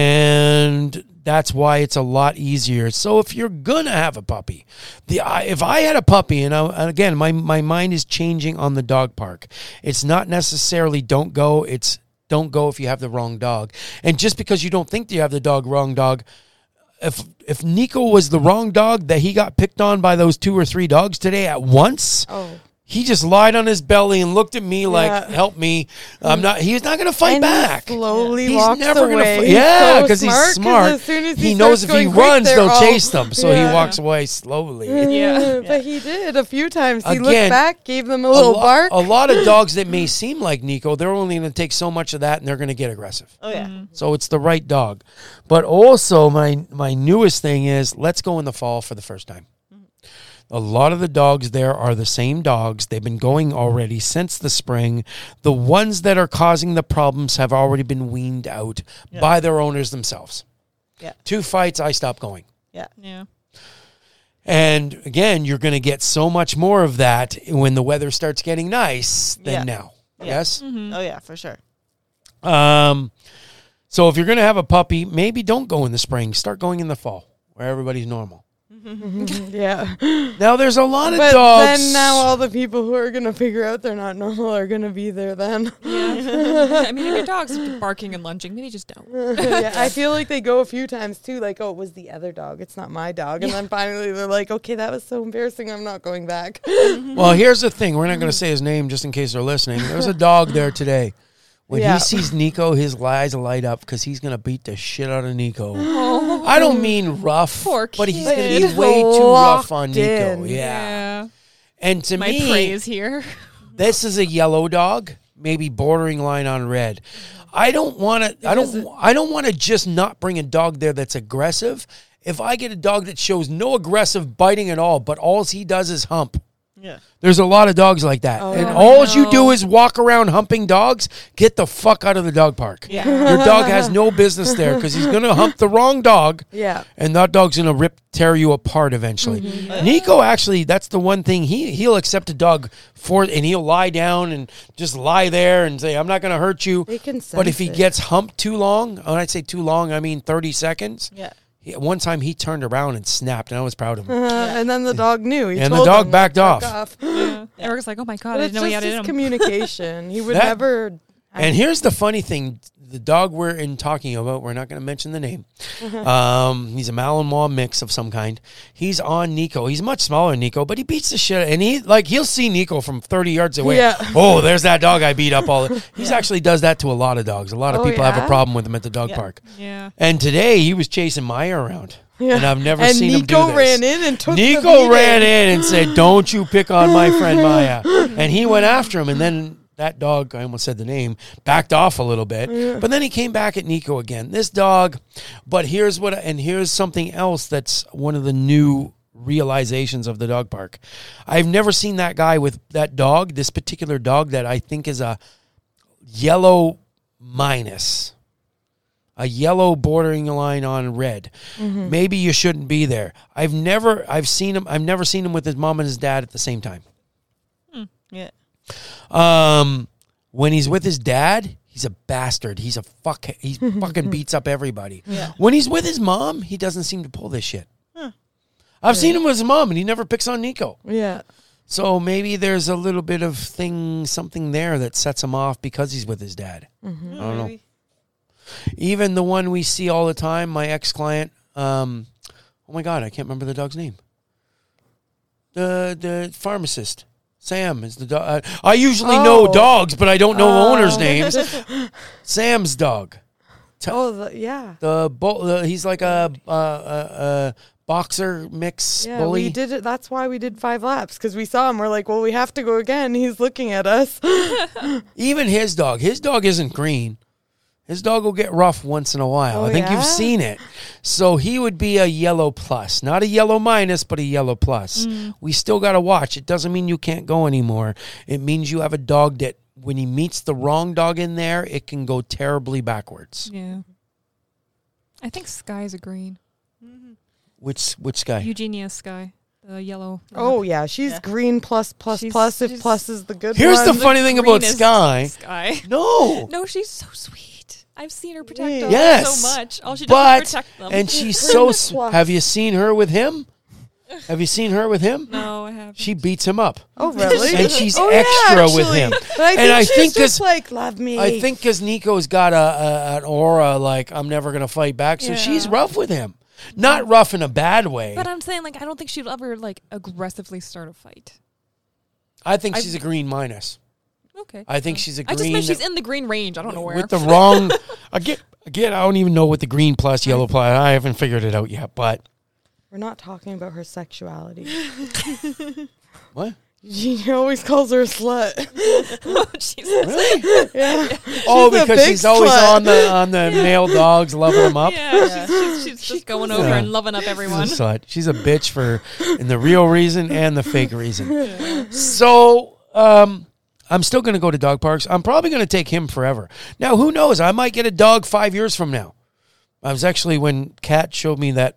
Speaker 2: and that's why it's a lot easier. So if you're gonna have a puppy, the I, if I had a puppy, and, I, and again, my my mind is changing on the dog park. It's not necessarily don't go. It's don't go if you have the wrong dog. And just because you don't think that you have the dog wrong dog, if if Nico was the wrong dog that he got picked on by those two or three dogs today at once.
Speaker 5: Oh.
Speaker 2: He just lied on his belly and looked at me like,
Speaker 5: Yeah.
Speaker 2: "Help me! I'm not." He's not going to fight
Speaker 5: and
Speaker 2: back.
Speaker 5: He slowly
Speaker 2: He's
Speaker 5: walks
Speaker 2: never gonna.
Speaker 5: away.
Speaker 2: Fl-
Speaker 5: He's
Speaker 2: yeah,
Speaker 5: so
Speaker 2: because he's smart.
Speaker 5: As soon as
Speaker 2: he,
Speaker 5: he,
Speaker 2: knows
Speaker 5: starts
Speaker 2: if he
Speaker 5: going quick,
Speaker 2: runs,
Speaker 5: they're
Speaker 2: they'll
Speaker 5: all-
Speaker 2: chase them. So
Speaker 5: Yeah.
Speaker 2: he
Speaker 5: [LAUGHS]
Speaker 2: walks away slowly.
Speaker 4: Yeah.
Speaker 5: but he did a few times. He
Speaker 2: Again,
Speaker 5: looked back, gave them a
Speaker 2: A,
Speaker 5: little
Speaker 2: lo-
Speaker 5: bark.
Speaker 2: a lot
Speaker 5: [LAUGHS]
Speaker 2: of dogs that may seem like Nico, they're only going to take so much of that, and they're going to get aggressive.
Speaker 3: Oh yeah.
Speaker 2: So it's the right dog. But also, my my newest thing is let's go in the fall for the first time. A lot of the dogs there are the same dogs. They've been going already since the spring. The ones that are causing the problems have already been weaned out by their owners themselves.
Speaker 3: Yeah.
Speaker 2: Two fights, I stop going.
Speaker 4: Yeah.
Speaker 2: And again, you're going to get so much more of that when the weather starts getting nice than
Speaker 3: Yeah.
Speaker 2: now.
Speaker 3: Yeah.
Speaker 2: Yes.
Speaker 4: Mm-hmm. Uh,
Speaker 3: Oh yeah, for sure.
Speaker 2: Um, so if you're going to have a puppy, maybe don't go in the spring. Start going in the fall where everybody's normal.
Speaker 5: yeah.
Speaker 2: Now there's a lot of
Speaker 5: But
Speaker 2: dogs.
Speaker 5: then now all the people who are gonna figure out they're not normal are gonna be there then. [LAUGHS]
Speaker 4: Yeah. [LAUGHS] I mean, if your dog's barking and lunging, maybe just don't.
Speaker 5: [LAUGHS] yeah,
Speaker 2: [LAUGHS]
Speaker 5: I feel like they go a few times too, like, oh, it was the other dog, it's not my dog. And then finally they're like, okay, that was so embarrassing, I'm not going back.
Speaker 2: well, here's the thing. We're not going to say his name just in case they're listening. There's a dog there today. When
Speaker 5: Yeah.
Speaker 2: he sees Nico, his eyes light up because he's going to beat the shit out of Nico. I don't mean rough,
Speaker 4: Poor
Speaker 2: but he's going to be
Speaker 5: Oh. kid.
Speaker 2: way too rough on
Speaker 5: Locked
Speaker 2: Nico.
Speaker 5: in.
Speaker 2: Yeah. And to
Speaker 4: My
Speaker 2: me, [LAUGHS]
Speaker 4: praise here.
Speaker 2: this is a yellow dog, maybe bordering line on red. I don't want to. I don't. I don't want to just not bring a dog there that's aggressive. If I get a dog that shows no aggressive biting at all, but all he does is hump.
Speaker 3: Yeah.
Speaker 2: There's a lot of dogs like that, and
Speaker 5: Oh, yeah.
Speaker 2: all you do is walk around humping dogs. Get the fuck out of the dog park.
Speaker 3: Yeah.
Speaker 2: Your dog has
Speaker 5: [LAUGHS]
Speaker 2: no business there because he's gonna hump the wrong dog
Speaker 5: yeah. Mm-hmm.
Speaker 2: and that dog's gonna rip tear you apart eventually. Nico actually, that's the one thing he he'll accept a dog for, and he'll lie down and just lie there and say, "I'm not gonna hurt you."
Speaker 5: They can
Speaker 2: But if
Speaker 5: sense
Speaker 2: he
Speaker 5: it.
Speaker 2: gets humped too long, when I say too long, I mean thirty seconds.
Speaker 3: Yeah.
Speaker 2: He, one time he turned around and snapped, and I was proud
Speaker 5: [LAUGHS]
Speaker 2: of him.
Speaker 5: Uh, and then the dog knew. He
Speaker 2: And the
Speaker 5: told
Speaker 2: dog
Speaker 5: him,
Speaker 2: backed
Speaker 5: "Fuck
Speaker 2: off."
Speaker 4: Yeah. Eric's like, oh my God,
Speaker 5: But
Speaker 4: I
Speaker 5: it's
Speaker 4: didn't know he had
Speaker 5: just
Speaker 4: it in
Speaker 5: his
Speaker 4: him.
Speaker 5: communication. He would
Speaker 2: That-
Speaker 5: never.
Speaker 2: And
Speaker 5: [LAUGHS]
Speaker 2: here's the funny thing: the dog we're in talking about, we're not going to mention the name.
Speaker 5: Mm-hmm.
Speaker 2: um, he's a Malinois mix of some kind. He's on Nico. He's much smaller than Nico, but he beats the shit. And he like he'll see Nico from 30 yards away.
Speaker 5: Yeah.
Speaker 2: [LAUGHS] Oh, there's that dog I beat up
Speaker 5: [LAUGHS]
Speaker 2: all. He's actually does that to a lot of dogs. A lot of
Speaker 5: Oh,
Speaker 2: people have a
Speaker 5: yeah?
Speaker 2: problem with him at the dog
Speaker 3: Yeah.
Speaker 2: park.
Speaker 4: yeah.
Speaker 2: And today he was chasing Maya around. And I've never
Speaker 5: and
Speaker 2: seen him
Speaker 5: Nico
Speaker 2: do this.
Speaker 5: ran in and took.
Speaker 2: Nico ran in and said, "Don't you pick on my
Speaker 5: [LAUGHS]
Speaker 2: friend Maya?" And he went after him, and then that dog, I almost said the name, backed off a little bit, but then he came back at Nico again. This dog, but here's what, and here's something else that's one of the new realizations of the dog park. I've never seen that guy with that dog, this particular dog that I think is a yellow minus a yellow bordering line on red. Maybe you shouldn't be there. I've never I've seen him I've never seen him with his mom and his dad at the same time.
Speaker 3: Yeah.
Speaker 2: Um when he's with his dad, he's a bastard. He's a fuck he fucking beats up everybody.
Speaker 3: Yeah.
Speaker 2: When he's with his mom, he doesn't seem to pull this shit. I've seen him with his mom and he never picks on Nico.
Speaker 5: Yeah.
Speaker 2: So maybe there's a little bit of thing something there that sets him off because he's with his dad.
Speaker 3: I
Speaker 2: don't know. Even the one we see all the time, my ex client. Um, oh my God, I can't remember the dog's name. The the pharmacist. Sam is the dog. Uh, I usually know
Speaker 5: Oh.
Speaker 2: dogs, but I don't know owners'
Speaker 5: [LAUGHS] Oh.
Speaker 2: names. Sam's dog.
Speaker 5: Oh, the, yeah.
Speaker 2: The, bull the he's like a uh, uh, uh, boxer mix
Speaker 5: Yeah,
Speaker 2: bully.
Speaker 5: we did it. That's why we did five laps because we saw him. We're like, well, we have to go again. He's looking at us.
Speaker 2: Even his dog. His dog isn't green. His dog will get rough once in a while.
Speaker 5: Oh,
Speaker 2: I think
Speaker 5: yeah?
Speaker 2: you've seen it. So he would be a yellow plus, not a yellow minus, but a yellow plus. We still got to watch. It doesn't mean you can't go anymore. It means you have a dog that when he meets the wrong dog in there, it can go terribly backwards.
Speaker 4: Yeah. I think Sky's a green.
Speaker 2: Which which guy?
Speaker 4: Eugenia Sky, the yellow.
Speaker 5: Oh yeah, she's
Speaker 3: Yeah.
Speaker 5: green plus plus
Speaker 4: She's-
Speaker 5: plus if
Speaker 4: she's-
Speaker 5: plus is the good
Speaker 2: Here's
Speaker 5: one.
Speaker 2: the funny thing about
Speaker 4: greenest [LAUGHS]
Speaker 2: Sky. Oh.
Speaker 4: Sky.
Speaker 2: No.
Speaker 4: No, she's so sweet. I've seen her protect
Speaker 5: Yeah.
Speaker 4: dogs
Speaker 2: Yes,
Speaker 4: so much. All she does is
Speaker 2: But
Speaker 4: protect them.
Speaker 2: and she's so.
Speaker 5: Greenest
Speaker 2: s-
Speaker 5: plus.
Speaker 2: Have you seen her with him? Have you seen her with him?
Speaker 4: no, I haven't.
Speaker 2: She beats him up.
Speaker 5: oh really?
Speaker 2: and she's
Speaker 5: Oh, yeah,
Speaker 2: extra with
Speaker 5: actually.
Speaker 2: him.
Speaker 5: But I think
Speaker 2: and I
Speaker 5: she's
Speaker 2: think
Speaker 5: just
Speaker 2: this,
Speaker 5: like love me.
Speaker 2: I think because Nico's got a, a an aura like I'm never gonna fight back, so she's
Speaker 4: Yeah.
Speaker 2: rough with him. Not rough in a bad way.
Speaker 4: But I'm saying, like, I don't think she'd ever like aggressively start a fight.
Speaker 2: I think
Speaker 4: I-
Speaker 2: she's a green minus
Speaker 4: Okay.
Speaker 2: I think she's a
Speaker 4: I just meant
Speaker 2: green-
Speaker 4: she's in the green range. I don't know where.
Speaker 2: with the wrong. Again, again, I don't even know what the green plus yellow plus. I haven't figured it out yet. But
Speaker 5: we're not talking about her sexuality.
Speaker 2: what?
Speaker 5: Eugenia always calls her
Speaker 2: [LAUGHS]
Speaker 5: a slut.
Speaker 4: oh, [LAUGHS] Jesus.
Speaker 2: Really? oh,
Speaker 5: Yeah. She's a
Speaker 2: because
Speaker 5: big
Speaker 2: he's always
Speaker 5: slut.
Speaker 2: on the on the male dogs, loving them up.
Speaker 4: Yeah, [LAUGHS] She's, she's, she's just going over
Speaker 2: Yeah.
Speaker 4: and loving up everyone.
Speaker 2: She's a slut. She's a bitch for in the real reason and the fake reason. So um, I'm still going to go to dog parks. I'm probably going to take him forever. Now, who knows? I might get a dog five years from now. I was actually when Kat showed me that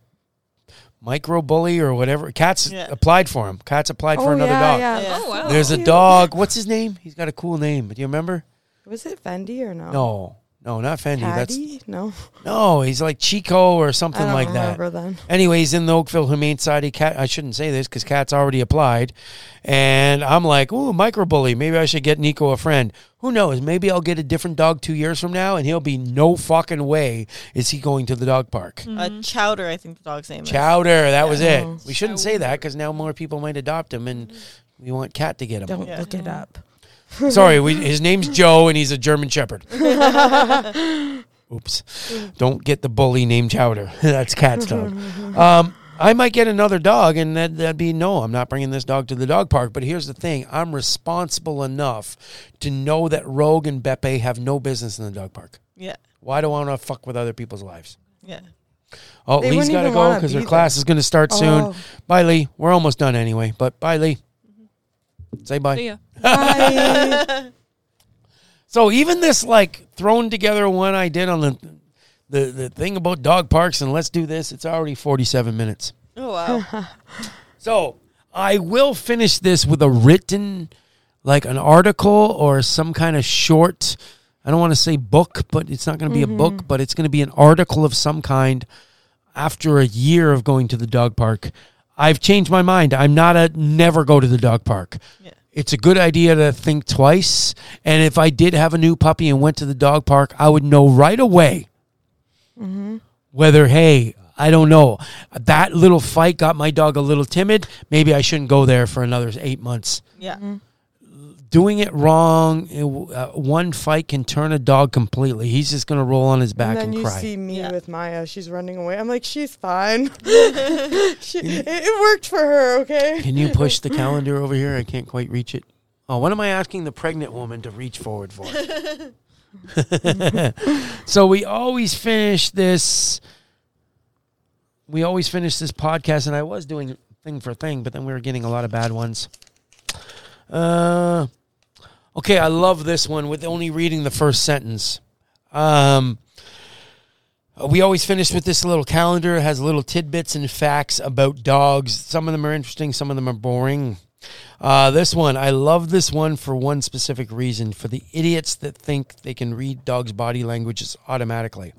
Speaker 2: micro bully or whatever. Kat's
Speaker 3: Yeah.
Speaker 2: applied for him. Kat's applied for
Speaker 5: Oh,
Speaker 2: another
Speaker 5: yeah,
Speaker 2: dog.
Speaker 5: yeah.
Speaker 3: Yeah.
Speaker 4: [LAUGHS] Oh wow.
Speaker 2: There's a dog. What's his name? He's got a cool name. Do you remember?
Speaker 5: Oh, Was it Fendi or no?
Speaker 2: No, no, not Fendi. That's
Speaker 5: Caddy? No.
Speaker 2: no. He's like Chico or
Speaker 5: I
Speaker 2: something
Speaker 5: don't
Speaker 2: like that.
Speaker 5: remember then.
Speaker 2: Anyway, he's in the Oakville Humane Society. Cat, I shouldn't say this because Cat's already applied, and I'm like, "Ooh, microbully. Maybe I should get Nico a friend. Who knows? Maybe I'll get a different dog two years from now, and he'll be no fucking way is he going to the dog park.
Speaker 5: Mm.
Speaker 3: Uh, Chowder, I think the dog's name
Speaker 2: Chowder, that was it.
Speaker 5: Oh.
Speaker 2: We shouldn't say that because now more people might adopt him, and we want Cat to get him.
Speaker 5: Don't look it up.
Speaker 2: Sorry, we, his name's Joe, and he's a German
Speaker 5: [LAUGHS]
Speaker 2: Shepherd. Oops. Don't get the bully named Chowder. [LAUGHS] That's cat's dog. Um, I might get another dog, and that, that'd be no, I'm not bringing this dog to the dog park. But here's the thing I'm responsible enough to know that Rogue and Beppe have no business in the dog park.
Speaker 3: is. Yeah.
Speaker 2: Why do I want to fuck with other people's lives?
Speaker 3: Yeah.
Speaker 2: Oh,
Speaker 5: They
Speaker 2: Lee's
Speaker 5: wouldn't
Speaker 2: got to
Speaker 5: even
Speaker 2: go
Speaker 5: wanna
Speaker 2: because
Speaker 5: be
Speaker 2: her
Speaker 5: there.
Speaker 2: class is going to start
Speaker 5: Oh.
Speaker 2: soon. Bye, Lee. We're almost done anyway, but bye, Lee. Say bye.
Speaker 4: Yeah.
Speaker 5: Bye.
Speaker 2: So even this like thrown together one I did on the the, the thing about dog parks and let's do this, it's already 47 minutes.
Speaker 3: Oh wow.
Speaker 2: So I will finish this with a written like an article or some kind of short I don't want to say book, but it's not going to be a book, but it's going to be an article of some kind after a year of going to the dog park. I've changed my mind. I'm not a never go to the dog park
Speaker 3: yeah.
Speaker 2: it's a good idea to think twice. And if I did have a new puppy and went to the dog park, I would know right away whether, hey, I don't know, that little fight got my dog a little timid. Maybe I shouldn't go there for another eight months.
Speaker 3: [LAUGHS] Yeah.
Speaker 2: Doing it wrong, it w- uh, one fight can turn a dog completely. He's just going to roll on his back
Speaker 5: and
Speaker 2: and,
Speaker 5: then you
Speaker 2: cry.
Speaker 5: see me
Speaker 3: Yeah.
Speaker 5: with Maya. She's running away. I'm like, she's fine. [LAUGHS] she, it, it worked for her, okay?
Speaker 2: can you push the calendar over here? I can't quite reach it. Oh, what am I asking the pregnant woman to reach forward for? [LAUGHS] so we always finish this. We always finish this podcast, and I was doing thing for thing, but then we were getting a lot of bad ones. Uh, okay, I love this one with only reading the first sentence. Um, uh, we always finish with this little calendar. It has little tidbits and facts about dogs. Some of them are interesting, some of them are boring. Uh, this one, I love this one for one specific reason for the idiots that think they can read dogs' body languages automatically.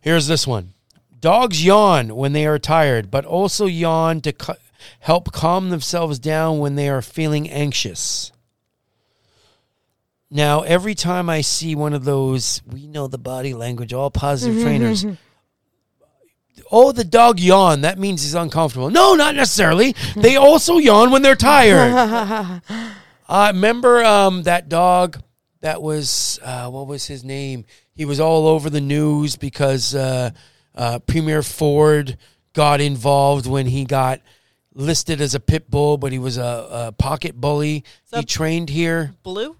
Speaker 2: Here's this one Dogs yawn when they are tired, but also yawn to cu- help calm themselves down when they are feeling anxious. Now, every time I see one of those, we know the body language, all positive trainers. Oh, the dog yawned. That means he's uncomfortable. No, not necessarily. They also yawn when they're tired. I remember um, that dog that was, uh, what was his name? He was all over the news because uh, uh, Premier Ford got involved when he got listed as a pit bull, but he was a, a pocket bully.
Speaker 3: So-
Speaker 2: he trained here.
Speaker 3: Blue.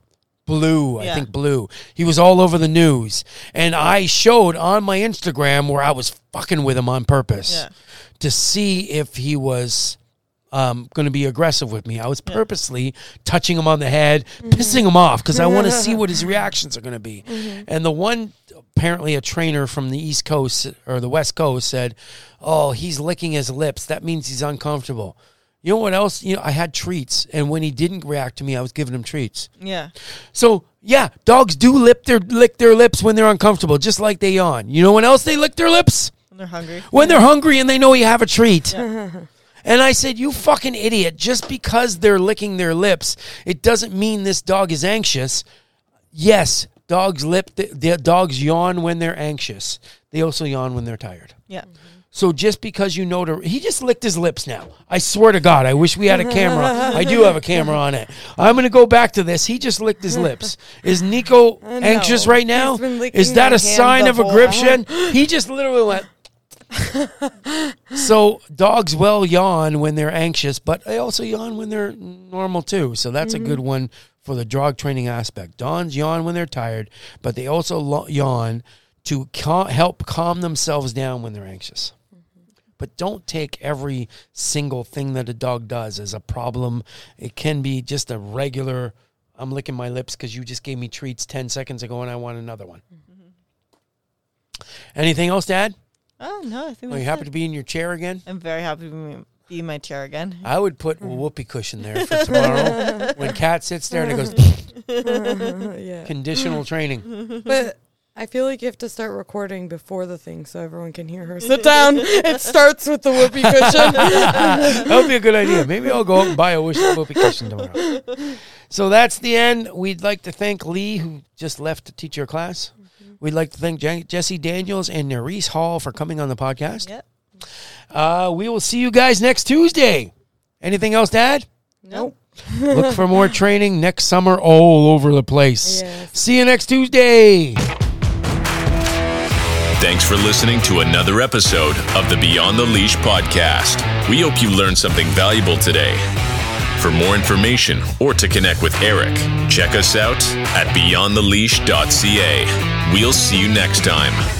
Speaker 2: blue. I
Speaker 3: Yeah.
Speaker 2: think blue. He was all over the news, and I showed on my Instagram where I was fucking with him on purpose
Speaker 3: Yeah.
Speaker 2: to see if he was um, going to be aggressive with me. I was purposely touching him on the head, pissing him off because I want
Speaker 3: [LAUGHS]
Speaker 2: to see what his reactions are going to be.
Speaker 3: Mm-hmm.
Speaker 2: And the one, apparently, a trainer from the East Coast or the West Coast said, "Oh, he's licking his lips. That means he's uncomfortable." You know what else? You know, I had treats, and when he didn't react to me, I was giving him treats.
Speaker 3: Yeah.
Speaker 2: So yeah, dogs do lip their lick their lips when they're uncomfortable, just like they yawn. You know when else they lick their lips?
Speaker 3: When they're hungry.
Speaker 2: when they're hungry and they know you have a treat. And I said, "You fucking idiot! Just because they're licking their lips, it doesn't mean this dog is anxious. Yes, dogs lip th- the dogs yawn when they're anxious. They also yawn when they're tired.
Speaker 3: Yeah.
Speaker 2: So just because you know to, he just licked his lips now. I swear to God, I wish we had a camera. I do have a camera on it. I'm going to go back to this. He just licked his lips. Is Nico anxious right now?
Speaker 5: He's been
Speaker 2: Is
Speaker 5: licking
Speaker 2: that
Speaker 5: my
Speaker 2: a
Speaker 5: hand
Speaker 2: sign
Speaker 5: the
Speaker 2: of
Speaker 5: whole
Speaker 2: aggression? He just literally went. so dogs will yawn when they're anxious, but they also yawn when they're normal too. So that's
Speaker 5: Mm-hmm.
Speaker 2: a good one for the dog training aspect. Dogs yawn when they're tired, but they also lo- yawn to cal- help calm themselves down when they're anxious. But don't take every single thing that a dog does as a problem. It can be just a regular. I'm licking my lips because you just gave me treats ten seconds ago, and I want another one. Anything else, Dad?
Speaker 3: Oh no, I think
Speaker 2: Are you
Speaker 3: that's
Speaker 2: happy
Speaker 3: it.
Speaker 2: to be in your chair again?
Speaker 3: I'm very happy to be- be in my chair again.
Speaker 2: I would put a whoopee cushion there for tomorrow. when Kat sits there and it goes,
Speaker 5: [LAUGHS] yeah.
Speaker 2: conditional training.
Speaker 5: But I feel like you have to start recording before the thing so everyone can hear her. Sit down. it starts with the whoopee cushion.
Speaker 2: That would be a good idea. Maybe I'll go out and buy a wish- whoopee cushion tomorrow. So that's the end. We'd like to thank Lee, who just left to teach your class.
Speaker 5: Mm-hmm.
Speaker 2: We'd like to thank Jan- Jesse Daniels and Nerese Hall for coming on the podcast.
Speaker 3: Yep.
Speaker 2: Uh, we will see you guys next Tuesday. Anything else, Dad?
Speaker 5: nope.
Speaker 2: Look for more training next summer all over the place.
Speaker 5: [LAUGHS] Yes.
Speaker 2: See you next Tuesday.
Speaker 1: Thanks for listening to another episode of the Beyond the Leash podcast. We hope you learned something valuable today. For more information or to connect with Eric, check us out at beyondtheleash.ca. We'll see you next time.